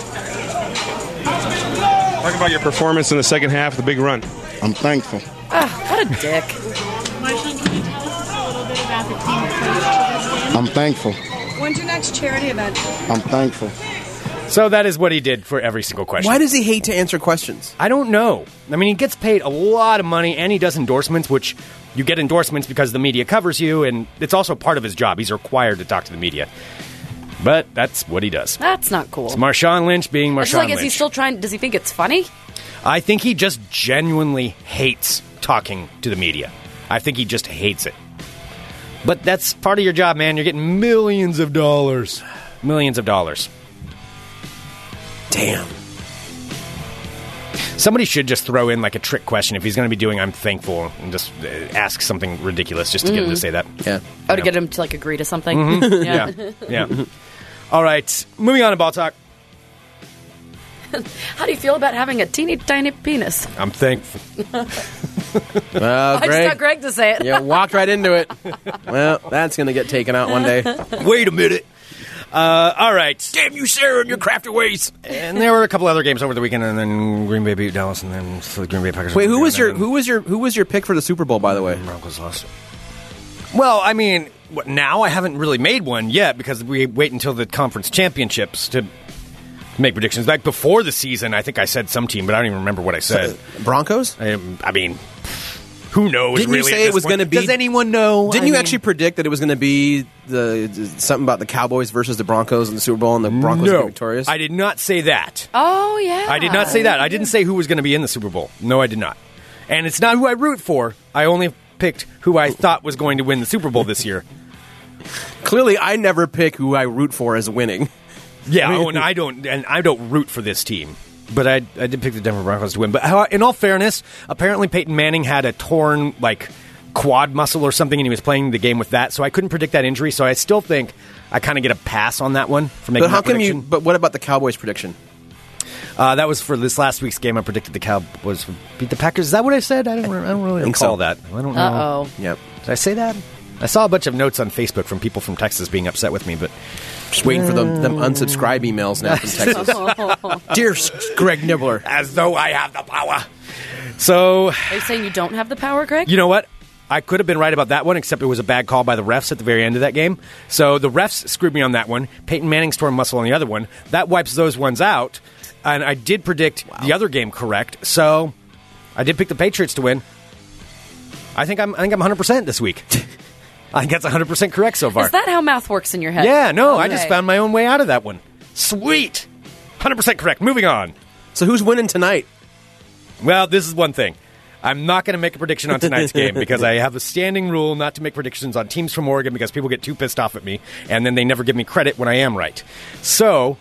Speaker 10: Talk about your performance in the second half, the big run.
Speaker 9: I'm thankful.
Speaker 7: what a dick.
Speaker 9: I'm thankful.
Speaker 11: When's your next charity event?
Speaker 9: I'm thankful.
Speaker 1: me. So that is what he did for every single question.
Speaker 6: Why does he hate to answer questions?
Speaker 1: I don't know. I mean, he gets paid a lot of money and he does endorsements, which you get endorsements because the media covers you, and it's also part of his job. He's required to talk to the media. But that's what he does.
Speaker 7: That's not cool.
Speaker 1: Marshawn Lynch being
Speaker 7: It's
Speaker 1: Marshawn
Speaker 7: like, is
Speaker 1: Lynch.
Speaker 7: he still trying? Does he think it's funny? Oh,
Speaker 1: I think he just genuinely hates talking to the media. I think he just hates it. But that's part of your job, man. You're getting millions of dollars. Millions of dollars.
Speaker 6: Damn.
Speaker 1: Somebody should just throw in like a trick question if he's going to be doing I'm thankful and just uh, ask something ridiculous just to get him to say that.
Speaker 6: Yeah.
Speaker 7: Oh, to get him to like agree to something.
Speaker 1: Mm-hmm. Yeah. Yeah. All right. Moving on to ball talk.
Speaker 7: How do you feel about having a teeny tiny penis?
Speaker 1: I'm thankful.
Speaker 6: Well,
Speaker 7: I just got Greg to say it.
Speaker 6: You walked right into it. Well, that's going to get taken out one day.
Speaker 1: Wait a minute. Uh, all right.
Speaker 2: Damn you, Sarah, and your crafty ways.
Speaker 1: And there were a couple other games over the weekend, and then Green Bay beat Dallas, and then the Green Bay Packers.
Speaker 6: Wait, who
Speaker 1: and
Speaker 6: was your
Speaker 1: then
Speaker 6: who was your who was your pick for the Super Bowl? By the way,
Speaker 1: Broncos lost. Well, I mean, what, now I haven't really made one yet because we wait until the conference championships to make predictions. Like before the season, I think I said some team, but I don't even remember what I said.
Speaker 6: Broncos.
Speaker 1: I, I mean, who knows?
Speaker 6: Uh, Didn't you
Speaker 1: really, at
Speaker 6: say it
Speaker 1: this
Speaker 6: was
Speaker 1: point?
Speaker 6: going to be?
Speaker 1: Does anyone know?
Speaker 6: Didn't
Speaker 1: I
Speaker 6: you
Speaker 1: mean-
Speaker 6: actually predict that it was going to be the something about the Cowboys versus the Broncos in the Super Bowl and the Broncos were
Speaker 1: No,
Speaker 6: victorious?
Speaker 1: I did not say that.
Speaker 7: Oh yeah.
Speaker 1: I did not say that. I didn't say who was going to be in the Super Bowl. No, I did not. And it's not who I root for. I only picked who I thought was going to win the Super Bowl this year.
Speaker 6: Clearly, I never pick who I root for as winning.
Speaker 1: Yeah, oh, and I don't and I don't root for this team. But I, I did pick the Denver Broncos to win. But how, in all fairness, apparently Peyton Manning had a torn like quad muscle or something, and he was playing the game with that. So I couldn't predict that injury. So I still think I kind of get a pass on that one for making.
Speaker 6: But how
Speaker 1: that
Speaker 6: come you?
Speaker 1: prediction.
Speaker 6: But what about the Cowboys prediction?
Speaker 1: Uh, that was for this last week's game. I predicted the Cowboys would beat the Packers. Is that what I said? I don't. re- I don't really
Speaker 6: Think
Speaker 1: recall
Speaker 6: so.
Speaker 1: that. I don't know.
Speaker 7: Uh oh.
Speaker 6: Yep.
Speaker 1: Did I say that? I saw a bunch of notes on Facebook from people from Texas being upset with me, but
Speaker 6: Just waiting for them, them unsubscribe emails now from Texas.
Speaker 7: Are
Speaker 6: Mm. Dear S- Greg Nibbler,
Speaker 1: as though I have the power. So
Speaker 7: you saying you don't have the power, Greg?
Speaker 1: you know what? I could have been right about that one, except it was a bad call by the refs at the very end of that game. So the refs screwed me on that one. Peyton Manning's torn muscle on the other one. That wipes those ones out. And I did predict the other game correct. So I did pick the Patriots to win. I think I'm I think I'm 100% this week. I think that's 100% correct so far.
Speaker 7: Is that how math works in your head?
Speaker 1: Yeah, no, I just
Speaker 7: Okay.
Speaker 1: found my own way out of that one. Sweet. 100% correct. Moving on.
Speaker 6: so who's winning tonight?
Speaker 1: Well, this is one thing. I'm not going to make a prediction on tonight's game because I have a standing rule not to make predictions on teams from Oregon because people get too pissed off at me and then they never give me credit when I am right. So,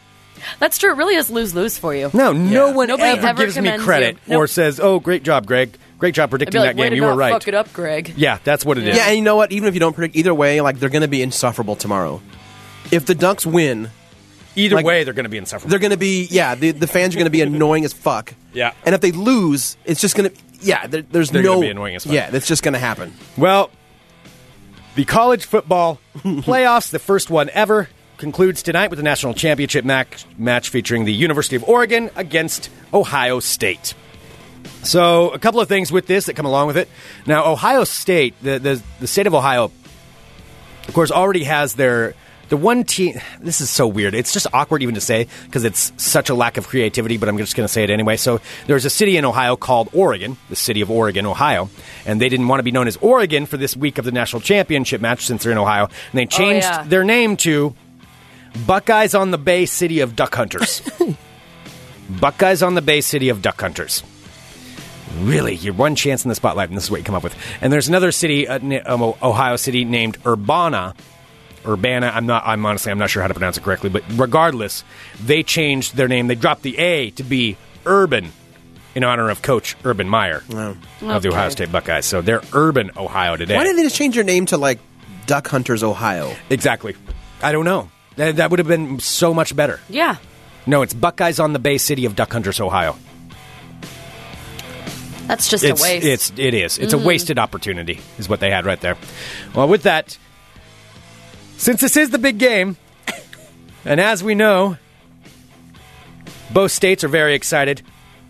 Speaker 7: That's true. It really is lose lose for you.
Speaker 1: no, no one
Speaker 7: Nobody
Speaker 1: ever,
Speaker 7: ever
Speaker 1: gives me
Speaker 7: commends
Speaker 1: credit
Speaker 7: you. Nope.
Speaker 1: or says, "Oh, great job, Greg. Great job
Speaker 7: I'd
Speaker 1: predicting
Speaker 7: be like,
Speaker 1: that
Speaker 7: way
Speaker 1: game.
Speaker 7: to
Speaker 1: You
Speaker 7: not
Speaker 1: were right."
Speaker 7: Fuck it up, Greg.
Speaker 1: Yeah, that's what it is.
Speaker 6: Yeah, and you know what? Even if you don't predict either way, like they're going to be insufferable tomorrow. If the Ducks win,
Speaker 1: Either
Speaker 6: like-
Speaker 1: way, they're going to be insufferable.
Speaker 6: they're going to be yeah. The, the fans are going to be annoying as fuck.
Speaker 1: Yeah.
Speaker 6: And if they lose, it's just going to yeah. There, there's
Speaker 1: They're
Speaker 6: no
Speaker 1: gonna be annoying as fuck.
Speaker 6: Yeah, that's just going to happen.
Speaker 1: Well, the college football playoffs, the first one ever, concludes tonight with the national championship match, match featuring the University of Oregon against Ohio State. So, a couple of things with this that come along with it. Now, Ohio State, the, the, the state of Ohio, of course, already has their. The one team, this is so weird. It's just awkward even to say because it's such a lack of creativity, but I'm just going to say it anyway. So there's a city in Ohio called Oregon, the city of Oregon, Ohio, and they didn't want to be known as Oregon for this week of the national championship match since they're in Ohio, and they changed
Speaker 7: yeah.
Speaker 1: their name to Buckeyes on the Bay City of Duck Hunters. Buckeyes on the Bay City of Duck Hunters really your one chance in the spotlight and this is what you come up with and there's another city uh, na- um, ohio city named urbana urbana i'm not i'm honestly i'm not sure how to pronounce it correctly but regardless they changed their name they dropped the a to be urban in honor of coach urban meyer of the ohio state buckeyes so they're urban ohio today
Speaker 6: Why didn't they just change your name to like Duck Hunters Ohio?
Speaker 1: exactly i don't know that, that would have been so much better
Speaker 7: Yeah.
Speaker 1: no it's buckeyes on the bay city of duck hunters ohio
Speaker 7: That's just
Speaker 1: it's,
Speaker 7: a waste. Mm.
Speaker 1: It's it is. It's a wasted opportunity, is what they had right there. Well, with that, since this is the big game, and as we know, both states are very excited,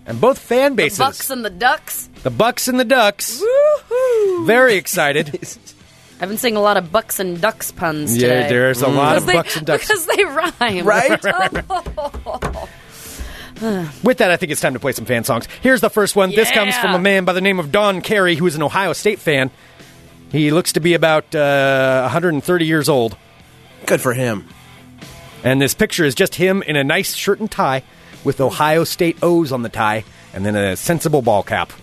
Speaker 1: and both fan bases,
Speaker 7: Bucks and the Ducks.
Speaker 1: the Bucks and the Ducks, very excited.
Speaker 7: I've been seeing a lot of bucks and ducks puns
Speaker 1: yeah,
Speaker 7: today.
Speaker 1: there's a lot
Speaker 7: because
Speaker 1: of
Speaker 7: they,
Speaker 1: Bucks and Ducks.
Speaker 7: Because they rhyme.
Speaker 6: Right?
Speaker 1: With that, I think it's time to play some fan songs. Here's the first one. This comes
Speaker 7: Yeah.
Speaker 1: from a man by the name of Don Carey, who is an Ohio State fan. He looks to be about uh, 130 years old.
Speaker 6: Good for him.
Speaker 1: And this picture is just him in a nice shirt and tie with Ohio State O's on the tie and then a sensible ball cap.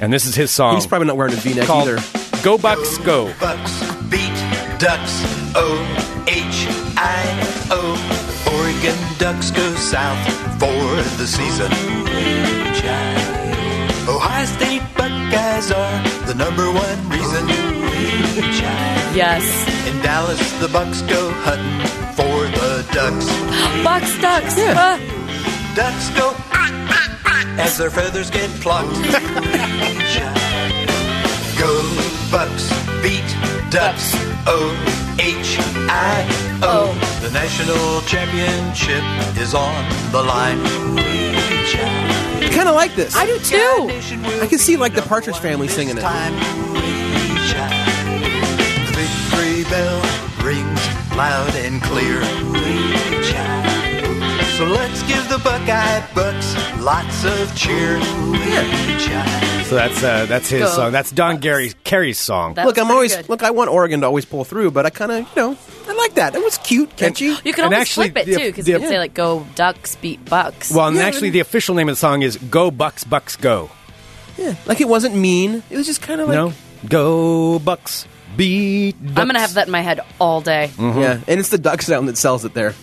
Speaker 1: And this is his song.
Speaker 6: He's probably not wearing a V-neck
Speaker 1: Oh. called
Speaker 6: either.
Speaker 1: Go Bucks Go.
Speaker 12: Bucks beat Ducks. O H I O. Oregon Ducks go south for the season. Child. Ohio State Buckeyes are the number one reason. Child.
Speaker 7: yes.
Speaker 12: In Dallas, the Bucks go hunting for the Ducks.
Speaker 7: Bucks, ducks. uh,
Speaker 12: Ducks go as their feathers get plucked. go Bucks, beat Ducks. O H I O. The national championship is on the line.
Speaker 6: I kind of like this.
Speaker 7: I do too.
Speaker 6: I can see, like, the Partridge Family singing it.
Speaker 12: The victory bell rings loud and clear. So let's give the Buckeye Bucks lots of cheer.
Speaker 1: So that's uh, that's his
Speaker 6: Go.
Speaker 1: song. That's Don Gary Carey's song.
Speaker 6: look, I'm always look. I want Oregon to always pull through, but I kind of you know I like that. It was cute, catchy.
Speaker 7: You can always flip it too, because you can say like "Go Ducks beat Bucks."
Speaker 1: Well, and actually, the official name of the song is "Go Bucks, Bucks Go."
Speaker 6: yeah, like it wasn't mean. It was just kind of like
Speaker 1: no, Go Bucks beat. Ducks. Mm.
Speaker 7: I'm gonna have that in my head all day.
Speaker 6: yeah, Mm-hmm. and it's the duck sound that sells it there.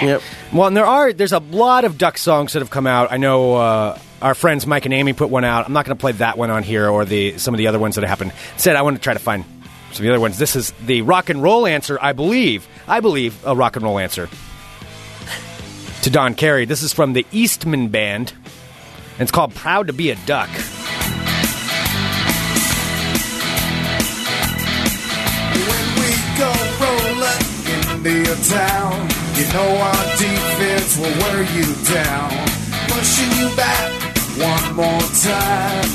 Speaker 6: Yep.
Speaker 1: Well, and there are there's a lot of duck songs that have come out. I know uh, our friends Mike and Amy put one out. I'm not going to play that one on here or the some of the other ones that happened. Said I want to try to find some of the other ones. This is the rock and roll answer, I believe. I believe a rock and roll answer to Don Carey. This is from the Eastman Band, and it's called "Proud to Be a Duck."
Speaker 12: we go rolling into your town. You know our defense will wear you down, pushing you back one more time.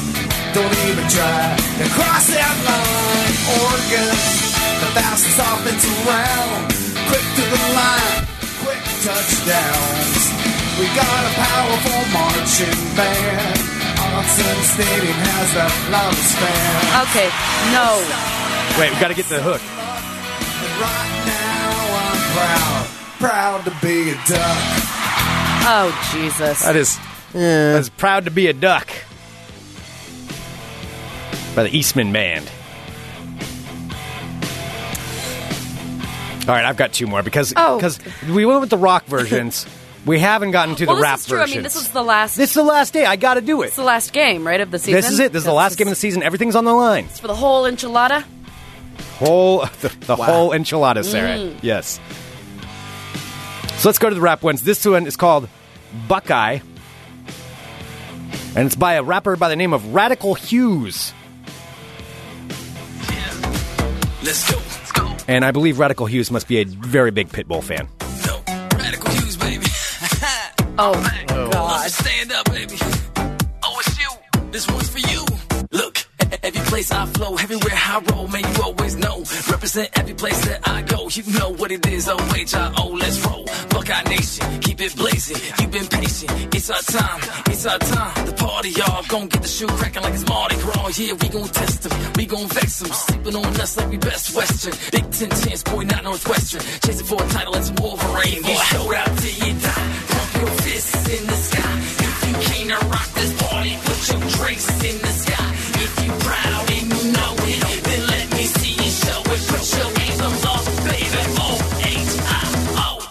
Speaker 12: Don't even try to cross that line, Oregon. The fastest offense around, quick to the line, quick touchdowns. We got a powerful marching band. Austin Stadium has the loudest band.
Speaker 7: Okay, no.
Speaker 1: Wait, we got to get the hook.
Speaker 12: proud, proud to be a duck.
Speaker 7: Oh Jesus!
Speaker 1: That is that's proud to be a duck by the Eastman Band. All right, I've got two more because
Speaker 7: Oh.
Speaker 1: because we went with the rock versions. we haven't gotten to
Speaker 7: well,
Speaker 1: the
Speaker 7: this
Speaker 1: rap
Speaker 7: is true.
Speaker 1: versions.
Speaker 7: I mean, this is the last.
Speaker 1: This is the last day. I got to do it.
Speaker 7: It's the last game, right, of the season.
Speaker 1: This is it. This is the
Speaker 7: That's
Speaker 1: last game of the season. Everything's on the line.
Speaker 7: for the whole enchilada.
Speaker 1: Whole the, the whole enchilada, Sarah.
Speaker 7: Mm.
Speaker 1: Yes. So let's go to the rap ones. This one is called Buckeye, and it's by a rapper by the name of Radical Hughes.
Speaker 13: Let's go.
Speaker 1: And I believe Radical Hughes must be a very big Pitbull fan.
Speaker 13: Radical Hughes, baby.
Speaker 7: oh,
Speaker 13: God. Stand up, baby. Oh, it's you. This one's for you. Look, e- every place I flow, everywhere I roll, man, you always know. Represent every place that I go. You know what it is, oh, H-I-O, let's roll. Buckeye Nation, keep it blazing. You've been patient. It's our time. It's our time. The party, y'all. Gonna get the shoe cracking like it's Mardi Gras. Yeah, we gon' test them. We gon' vex them. Sleeping on us like we best Western. Big Ten chance, boy, not Northwestern. Chasing for a title, it's Wolverine. Boy, shout out to you, Pump your fists in the sky. If you came to rock this party, put your drinks in the sky. If you proud and you know it, then let me see you show it. Put your anthems on, baby. O-H-I-O.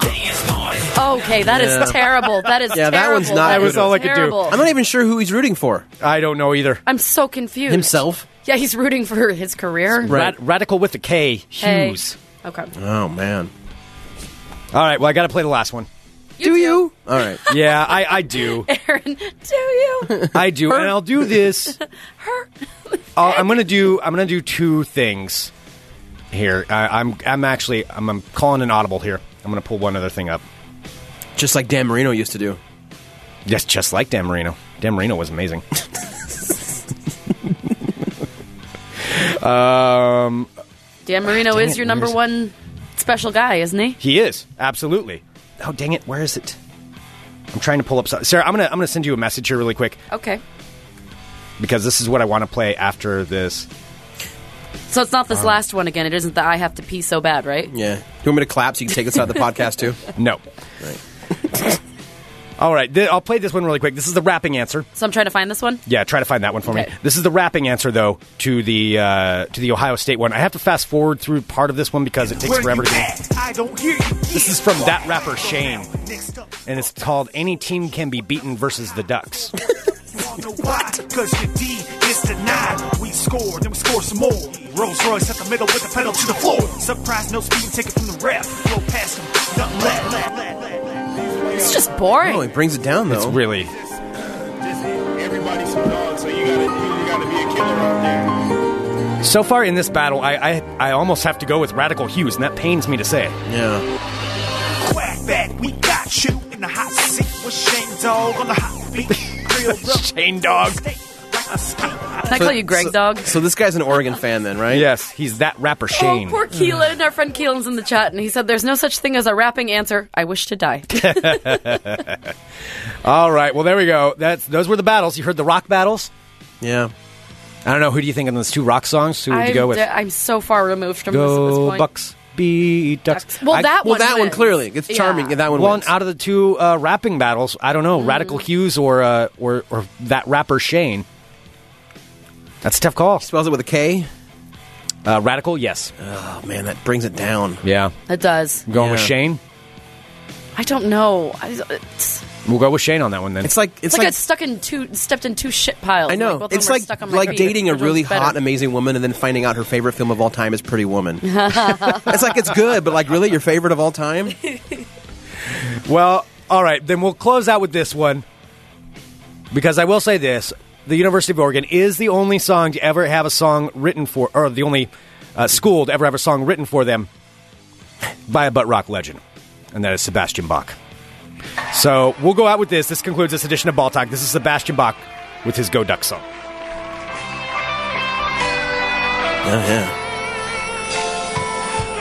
Speaker 13: Dance party.
Speaker 7: Okay, that is
Speaker 6: Yeah.
Speaker 7: terrible. That is
Speaker 6: yeah,
Speaker 7: terrible.
Speaker 6: that one's not.
Speaker 7: That
Speaker 6: good.
Speaker 7: is terrible.
Speaker 6: I'm not even sure who he's rooting for.
Speaker 1: I don't know either.
Speaker 7: I'm so confused.
Speaker 6: Himself?
Speaker 7: Yeah, he's rooting for his career.
Speaker 1: Rad- Radical with a K,
Speaker 7: Hey.
Speaker 1: Hughes.
Speaker 7: Okay.
Speaker 1: Oh man. All right. Well, I got to play the last one.
Speaker 7: do you?
Speaker 1: All right. yeah, I, I do.
Speaker 7: Aaron, do you?
Speaker 1: I do, and I'll do this. I'll, I'm gonna do. I'm gonna do two things here. I, I'm. I'm actually. I'm, I'm calling an audible here. I'm gonna pull one other thing up.
Speaker 6: Just like Dan Marino used to do.
Speaker 1: Yes, just like Dan Marino. Dan Marino was amazing. um,
Speaker 7: Dan Marino
Speaker 1: Dang
Speaker 7: is
Speaker 1: it,
Speaker 7: your number
Speaker 1: where's-
Speaker 7: one special guy, isn't he?
Speaker 1: He is absolutely. Oh dang it! Where is it? I'm trying to pull up. so- Sarah, I'm gonna I'm gonna send you a message here really quick
Speaker 7: Okay.
Speaker 1: because this is what I want to play after this.
Speaker 7: So it's not this
Speaker 1: Um,
Speaker 7: last one again. It isn't that I have to pee so bad, right?
Speaker 6: Yeah. Do you want me to clap so you can take us out of the podcast too?
Speaker 1: No. All right, th- I'll play this one really quick. This is the wrapping answer.
Speaker 7: So I'm trying to find this one.
Speaker 1: Yeah, try to find that one for
Speaker 7: Okay.
Speaker 1: me. This is the wrapping answer though to the uh, to the Ohio State one. I have to fast forward through part of this one because it takes
Speaker 12: Where
Speaker 1: forever.
Speaker 12: you
Speaker 1: To-
Speaker 12: at? I don't hear you.
Speaker 1: this is from that rapper Shane, and it's called "Any Team Can Be Beaten versus the Ducks."
Speaker 12: know why? Cause your D is denied. We scored, then we score some more. Rolls Royce at the middle with the pedal to the floor. Surprise, no speed, take it from the ref. Blow past him, nothing left.
Speaker 7: It's just boring.
Speaker 6: No, it Oh, brings it down though. It's
Speaker 1: really.
Speaker 14: Everybody's a dog, so you gotta, you gotta be a killer out there.
Speaker 1: So far in this battle, I, I I almost have to go with Radical Hughes, and that pains me to say. Yeah.
Speaker 12: Quack that, we got you in the hot seat with Shane Dog on the hot beat. Shane
Speaker 1: Dog.
Speaker 7: Can I call you Greg,
Speaker 6: so,
Speaker 7: dog?
Speaker 6: So this guy's an Oregon fan, then, right?
Speaker 1: Yes, he's that rapper Shane.
Speaker 7: Oh, poor
Speaker 6: Mm.
Speaker 7: Keelan. Our friend Keelan's in the chat, and he said, "There's no such thing as a rapping answer. I wish to die."
Speaker 1: All right. Well, there we go. That's those were the battles. You heard the rock battles.
Speaker 6: Yeah.
Speaker 1: I don't know. Who do you think on those two rock songs? Who would you
Speaker 7: I'm
Speaker 1: go with?
Speaker 7: de- I'm so far removed from this,
Speaker 1: go
Speaker 7: this point.
Speaker 1: Bucks, beat Ducks.
Speaker 7: Well,
Speaker 1: I-
Speaker 7: that
Speaker 6: well,
Speaker 7: one.
Speaker 6: that one
Speaker 7: wins.
Speaker 6: clearly. It's charming.
Speaker 7: Yeah.
Speaker 6: and That one
Speaker 1: Well,
Speaker 6: wins.
Speaker 1: and out of the two uh, rapping battles, I don't know, Radical Hughes or, uh, or or that rapper Shane. That's a tough call.
Speaker 6: Spells it with a K.
Speaker 1: Uh, Radical, yes.
Speaker 6: Oh man, that brings it down.
Speaker 1: Yeah.
Speaker 7: It does.
Speaker 1: I'm going with
Speaker 6: Yeah.
Speaker 1: Shane.
Speaker 7: I don't know. I, it's,
Speaker 1: We'll go with Shane on that one then.
Speaker 6: It's like it's,
Speaker 7: it's like, I stuck in two, stepped in two shit piles.
Speaker 6: I know.
Speaker 7: both of them
Speaker 6: it's
Speaker 7: are
Speaker 6: like
Speaker 7: stuck on my
Speaker 6: like
Speaker 7: feet.
Speaker 6: dating a
Speaker 7: Which
Speaker 6: really
Speaker 7: one's better?
Speaker 6: hot, amazing woman and then finding out her favorite film of all time is Pretty Woman. it's like it's good, but like really, your favorite of all time?
Speaker 1: Well, all right, then we'll close out with this one because I will say this: the University of Oregon is the only song to ever have a song written for, or the only uh, school to ever have a song written for them by a butt rock legend, and that is Sebastian Bach. So we'll go out with this. This concludes this edition of Ball Talk. This is Sebastian Bach with his Go Duck song.
Speaker 6: Oh yeah.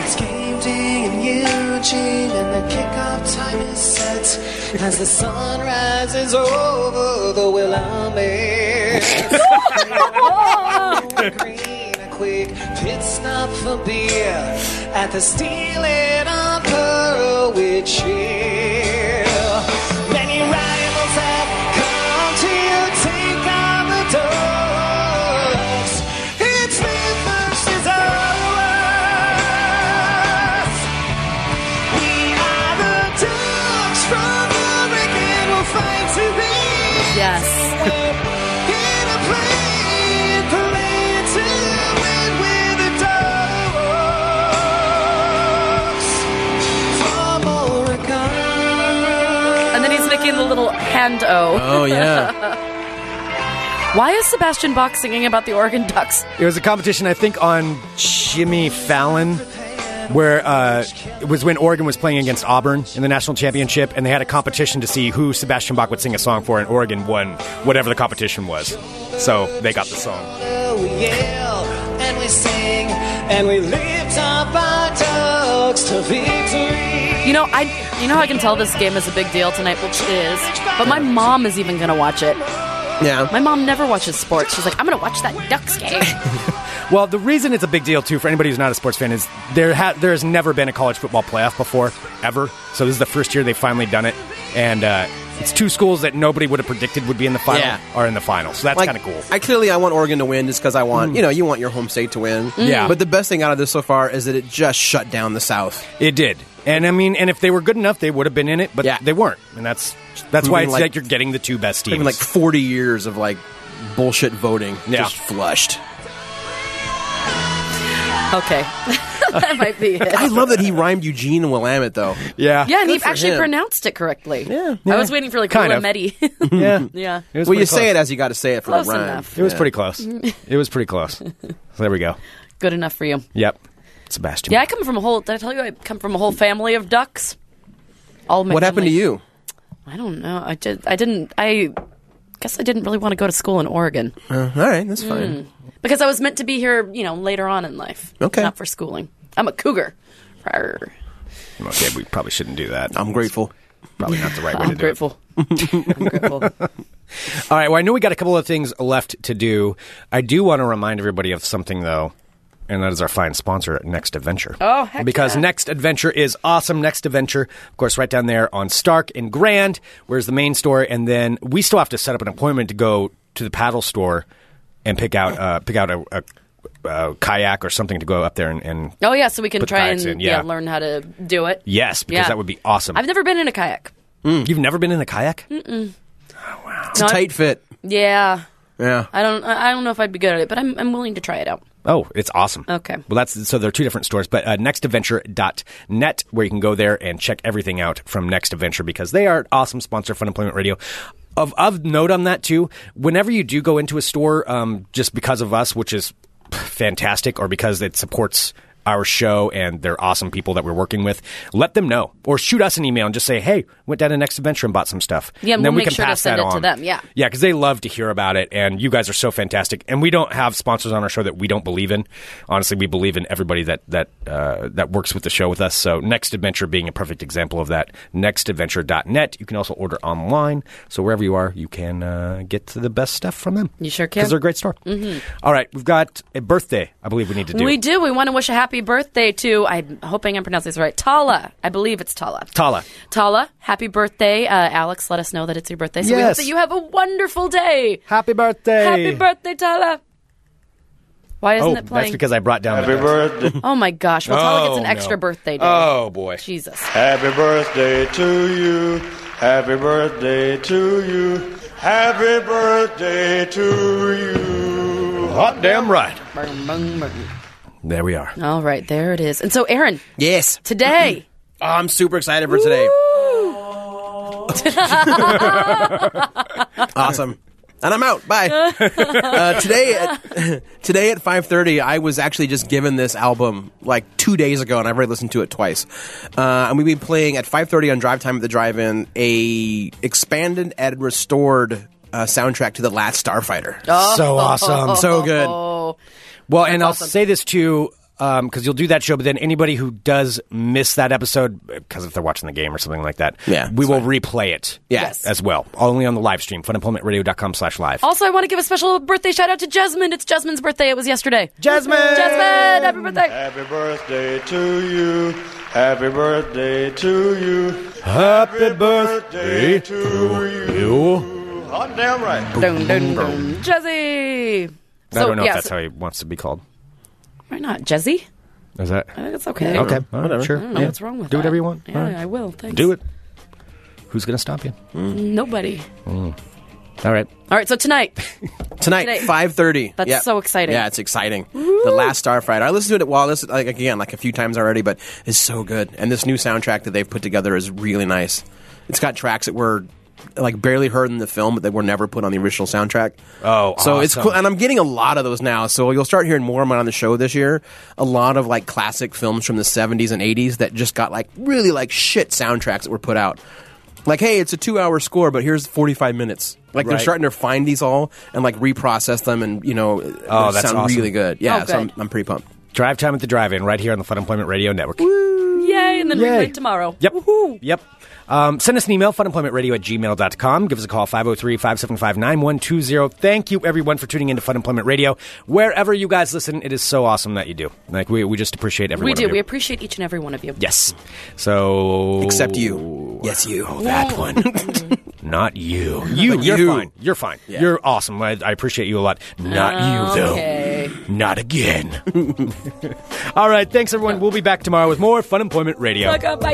Speaker 13: It's game day in Eugene and the kickoff time is set. As the sun rises over the Willamette. Green, a quick pit stop for beer at the Steel and Upper with cheer. Many rivals have come to take on the dogs. It's been versus ours. We are the dogs from Oregon. We'll fight to win.
Speaker 7: Yes. And then he's making the little hand O.
Speaker 6: Oh yeah.
Speaker 7: Why is Sebastian Bach singing about the Oregon Ducks?
Speaker 1: It was a competition, I think, on Jimmy Fallon, where uh, it was when Oregon was playing against Auburn in the national championship, and they had a competition to see who Sebastian Bach would sing a song for, and Oregon won whatever the competition was. So they got the song.
Speaker 13: We yell and we sing and we lift up our dogs to victory.
Speaker 7: You know, I you know how I can tell this game is a big deal tonight, which it is. But my mom is even gonna watch it.
Speaker 6: Yeah.
Speaker 7: My mom never watches sports. She's like, I'm gonna watch that Ducks game.
Speaker 1: Well, the reason it's a big deal too for anybody who's not a sports fan is there ha- there has never been a college football playoff before ever. So this is the first year they've finally done it, and uh, it's two schools that nobody would have predicted would be in the final
Speaker 6: Yeah.
Speaker 1: are in the final. So that's
Speaker 6: Like,
Speaker 1: kind of cool.
Speaker 6: I clearly I want Oregon to win just because I
Speaker 7: Mm.
Speaker 6: want you know you want your home state to win.
Speaker 1: Yeah.
Speaker 6: But the best thing out of this so far is that it just shut down the South.
Speaker 1: It did, and I mean, and if they were good enough, they would have been in it, but
Speaker 6: Yeah.
Speaker 1: they weren't, and that's that's why
Speaker 6: Even
Speaker 1: it's like,
Speaker 6: like-
Speaker 1: you're getting the two best teams.
Speaker 6: Even like forty years of like bullshit voting
Speaker 1: Yeah.
Speaker 6: just flushed.
Speaker 7: Okay. that might be it.
Speaker 6: I love that he rhymed Eugene and Willamette though.
Speaker 1: yeah,
Speaker 7: Yeah, and
Speaker 6: Good
Speaker 7: he
Speaker 6: for
Speaker 7: actually
Speaker 6: him.
Speaker 7: pronounced it correctly.
Speaker 6: Yeah.
Speaker 7: I was waiting for like
Speaker 1: Kind of.
Speaker 7: Willamette.
Speaker 1: yeah.
Speaker 7: yeah.
Speaker 1: It was
Speaker 6: well,
Speaker 1: pretty
Speaker 6: you
Speaker 1: close.
Speaker 6: say it as you got to say it for
Speaker 7: Close
Speaker 6: a rhyme.
Speaker 7: enough.
Speaker 1: It was
Speaker 6: Yeah.
Speaker 1: pretty close. it was pretty close. So there we go.
Speaker 7: Good enough for you.
Speaker 1: Yep, Sebastian.
Speaker 7: Yeah, I come from a whole. Did I tell you I come from a whole family of ducks? All my
Speaker 6: What happened to
Speaker 7: family-
Speaker 6: you?
Speaker 7: I don't know. I did. I didn't. I guess I didn't really want to go to school in Oregon
Speaker 6: Uh, all right, that's fine.
Speaker 7: Mm. because I was meant to be here. You know, later on in life.
Speaker 6: Okay.
Speaker 7: Not for schooling. I'm a cougar. Rawr.
Speaker 1: okay, we probably shouldn't do that.
Speaker 6: I'm grateful.
Speaker 1: probably not the right way
Speaker 7: I'm
Speaker 1: to do it.
Speaker 7: grateful. I'm grateful.
Speaker 1: All right. Well, I know we got a couple of things left to do. I do want to remind everybody of something though. And that is our fine sponsor, at Next Adventure.
Speaker 7: Oh, heck
Speaker 1: Because
Speaker 7: yeah.
Speaker 1: Next Adventure is awesome. Next Adventure, of course, right down there on Stark and Grand, where's the main store. And then we still have to set up an appointment to go to the paddle store and pick out uh, pick out a, a, a kayak or something to go up there and, and
Speaker 7: Oh yeah, so we can
Speaker 1: Put
Speaker 7: try and
Speaker 1: kayaks in, yeah.
Speaker 7: learn how to do it.
Speaker 1: yes, because
Speaker 7: Yeah.
Speaker 1: that would be awesome.
Speaker 7: I've never been in a kayak.
Speaker 1: You've never been in a kayak?
Speaker 6: It's a
Speaker 7: No, I-
Speaker 6: tight fit.
Speaker 7: Yeah,
Speaker 6: Yeah.
Speaker 7: I don't. I I don't know if I'd be good at it, but I'm. I'm willing to try it out.
Speaker 1: Oh, it's awesome.
Speaker 7: Okay.
Speaker 1: Well, that's so there are two different stores, but uh, nextadventure.net, where you can go there and check everything out from Next Adventure because they are an awesome sponsor of Fun Employment Radio. Of, of note on that, too, whenever you do go into a store, um, just because of us, which is fantastic, or because it supports our show and they're awesome people that we're working with, let them know or shoot us an email and just say, hey, went down to Next Adventure and bought some stuff.
Speaker 7: Yeah,
Speaker 1: and
Speaker 7: and
Speaker 1: then we
Speaker 7: we'll make
Speaker 1: can
Speaker 7: sure to
Speaker 1: pass
Speaker 7: send
Speaker 1: that
Speaker 7: it to
Speaker 1: on.
Speaker 7: them, yeah.
Speaker 1: yeah, because they love to hear about it, and you guys are so fantastic. And we don't have sponsors on our show that we don't believe in. Honestly, we believe in everybody that that uh, that works with the show with us. So Next Adventure being a perfect example of that. NextAdventure.net. You can also order online, so wherever you are, you can uh, get the best stuff from them.
Speaker 7: You sure can.
Speaker 1: Because they're a great store.
Speaker 7: Mhm.
Speaker 1: All right, we've got a birthday. I believe we need to do.
Speaker 7: We do. We want to wish a happy birthday to, I'm hoping I'm pronouncing this right, Tala. I believe it's Tala.
Speaker 1: Tala.
Speaker 7: Tala, happy birthday. Uh, Alex, let us know that it's your birthday. So we hope
Speaker 1: Yes.
Speaker 7: that you have a wonderful day.
Speaker 1: Happy birthday.
Speaker 7: Happy birthday, Tala. Why isn't
Speaker 1: oh,
Speaker 7: it playing?
Speaker 1: that's because I brought down.
Speaker 7: Happy
Speaker 1: birthday.
Speaker 7: Oh my gosh. Well, Tala gets
Speaker 1: Oh,
Speaker 7: an extra
Speaker 1: no.
Speaker 7: birthday day.
Speaker 1: Oh boy.
Speaker 7: Jesus.
Speaker 15: Happy birthday to you. Happy birthday to you. Happy birthday to you.
Speaker 1: Hot damn right. There we are.
Speaker 7: All Oh, right, there it is. And so, Aaron.
Speaker 6: Yes.
Speaker 7: Today.
Speaker 6: I'm super excited for today. awesome. And I'm out. Bye. uh, today, at, today at 5:30, I was actually just given this album like two days ago, and I've already listened to it twice. Uh, and we've been playing at 5:30 on Drive Time at the Drive-In a expanded and restored uh, soundtrack to the Last Starfighter.
Speaker 1: So awesome.
Speaker 6: so good.
Speaker 1: Well, and I'll say this too, because you'll do that show, but then anybody who does miss that episode, because if they're watching the game or something like that, yeah, we will replay it
Speaker 7: Yes.
Speaker 1: as well, only on the live stream, funemploymentradio.com slash live.
Speaker 7: Also, I want to give a special birthday shout out to Jasmine. It's Jasmine's birthday. It was yesterday.
Speaker 1: Jasmine!
Speaker 7: Jasmine, happy birthday.
Speaker 15: Happy birthday to you. Happy birthday to you.
Speaker 1: Happy birthday
Speaker 15: to
Speaker 1: you.
Speaker 15: Hot damn right.
Speaker 7: Dun, dun, dun. Jazzy.
Speaker 1: I don't know
Speaker 7: yeah,
Speaker 1: if that's
Speaker 7: so-
Speaker 1: how he wants to be called.
Speaker 7: Why not? Jazzy?
Speaker 1: Is that? Mm,
Speaker 7: I think it's okay.
Speaker 1: Okay. All right,
Speaker 7: Whatever.
Speaker 1: sure.
Speaker 7: I don't know what's wrong with
Speaker 1: Do
Speaker 7: that.
Speaker 1: whatever you want.
Speaker 7: Yeah,
Speaker 1: All right.
Speaker 7: I will. Thanks.
Speaker 1: Do it. Who's going to stop you?
Speaker 7: Nobody.
Speaker 1: Mm. All right.
Speaker 7: All right, so tonight.
Speaker 6: tonight,
Speaker 7: Tonight.
Speaker 6: five thirty.
Speaker 7: That's so exciting.
Speaker 6: Yeah, it's exciting. The Last Starfighter. I listened to it while this like again like a few times already, but it's so good. And this new soundtrack that they've put together is really nice. It's got tracks that were like barely heard in the film, but that were never put on the original soundtrack.
Speaker 1: Oh,
Speaker 6: so it's
Speaker 1: awesome.
Speaker 6: cool. And I'm getting a lot of those now. So you'll start hearing more of mine on the show this year. A lot of like classic films from the 70s and 80s that just got like really like shit soundtracks that were put out. Like, hey, it's a two hour score, but here's 45 minutes. Like they're
Speaker 1: Right.
Speaker 6: starting to find these all and like reprocess them and, you
Speaker 1: Oh,
Speaker 6: know, they
Speaker 1: that's
Speaker 6: sound
Speaker 1: awesome.
Speaker 6: really good. Yeah,
Speaker 7: Oh,
Speaker 6: so I'm,
Speaker 7: good.
Speaker 6: I'm pretty pumped.
Speaker 1: Drive time at the drive-in right here on the Fun Employment Radio Network.
Speaker 7: Yay, and then
Speaker 1: Yay.
Speaker 7: replay tomorrow.
Speaker 1: Yep. Yep. Um, send us an email, funemploymentradio at gmail.com. Give us a call, 503-575-9120. Thank you, everyone, for tuning in to Fun Employment Radio. Wherever you guys listen, it is so awesome that you do. Like, we, we just appreciate everyone.
Speaker 7: we do.
Speaker 1: of
Speaker 7: We
Speaker 1: you.
Speaker 7: appreciate each and every one of you.
Speaker 1: yes. So... Oh,
Speaker 6: Except you. Yes, you.
Speaker 1: That one.
Speaker 7: Mm-hmm.
Speaker 1: Not you. You, you're
Speaker 6: you.
Speaker 1: fine. You're fine. You're awesome. I, I appreciate you a lot. Not you, though.
Speaker 7: Oh, Okay.
Speaker 1: Not again. All right. Thanks, everyone. We'll be back tomorrow with more Fun Employment Radio.
Speaker 7: Plug up, bye.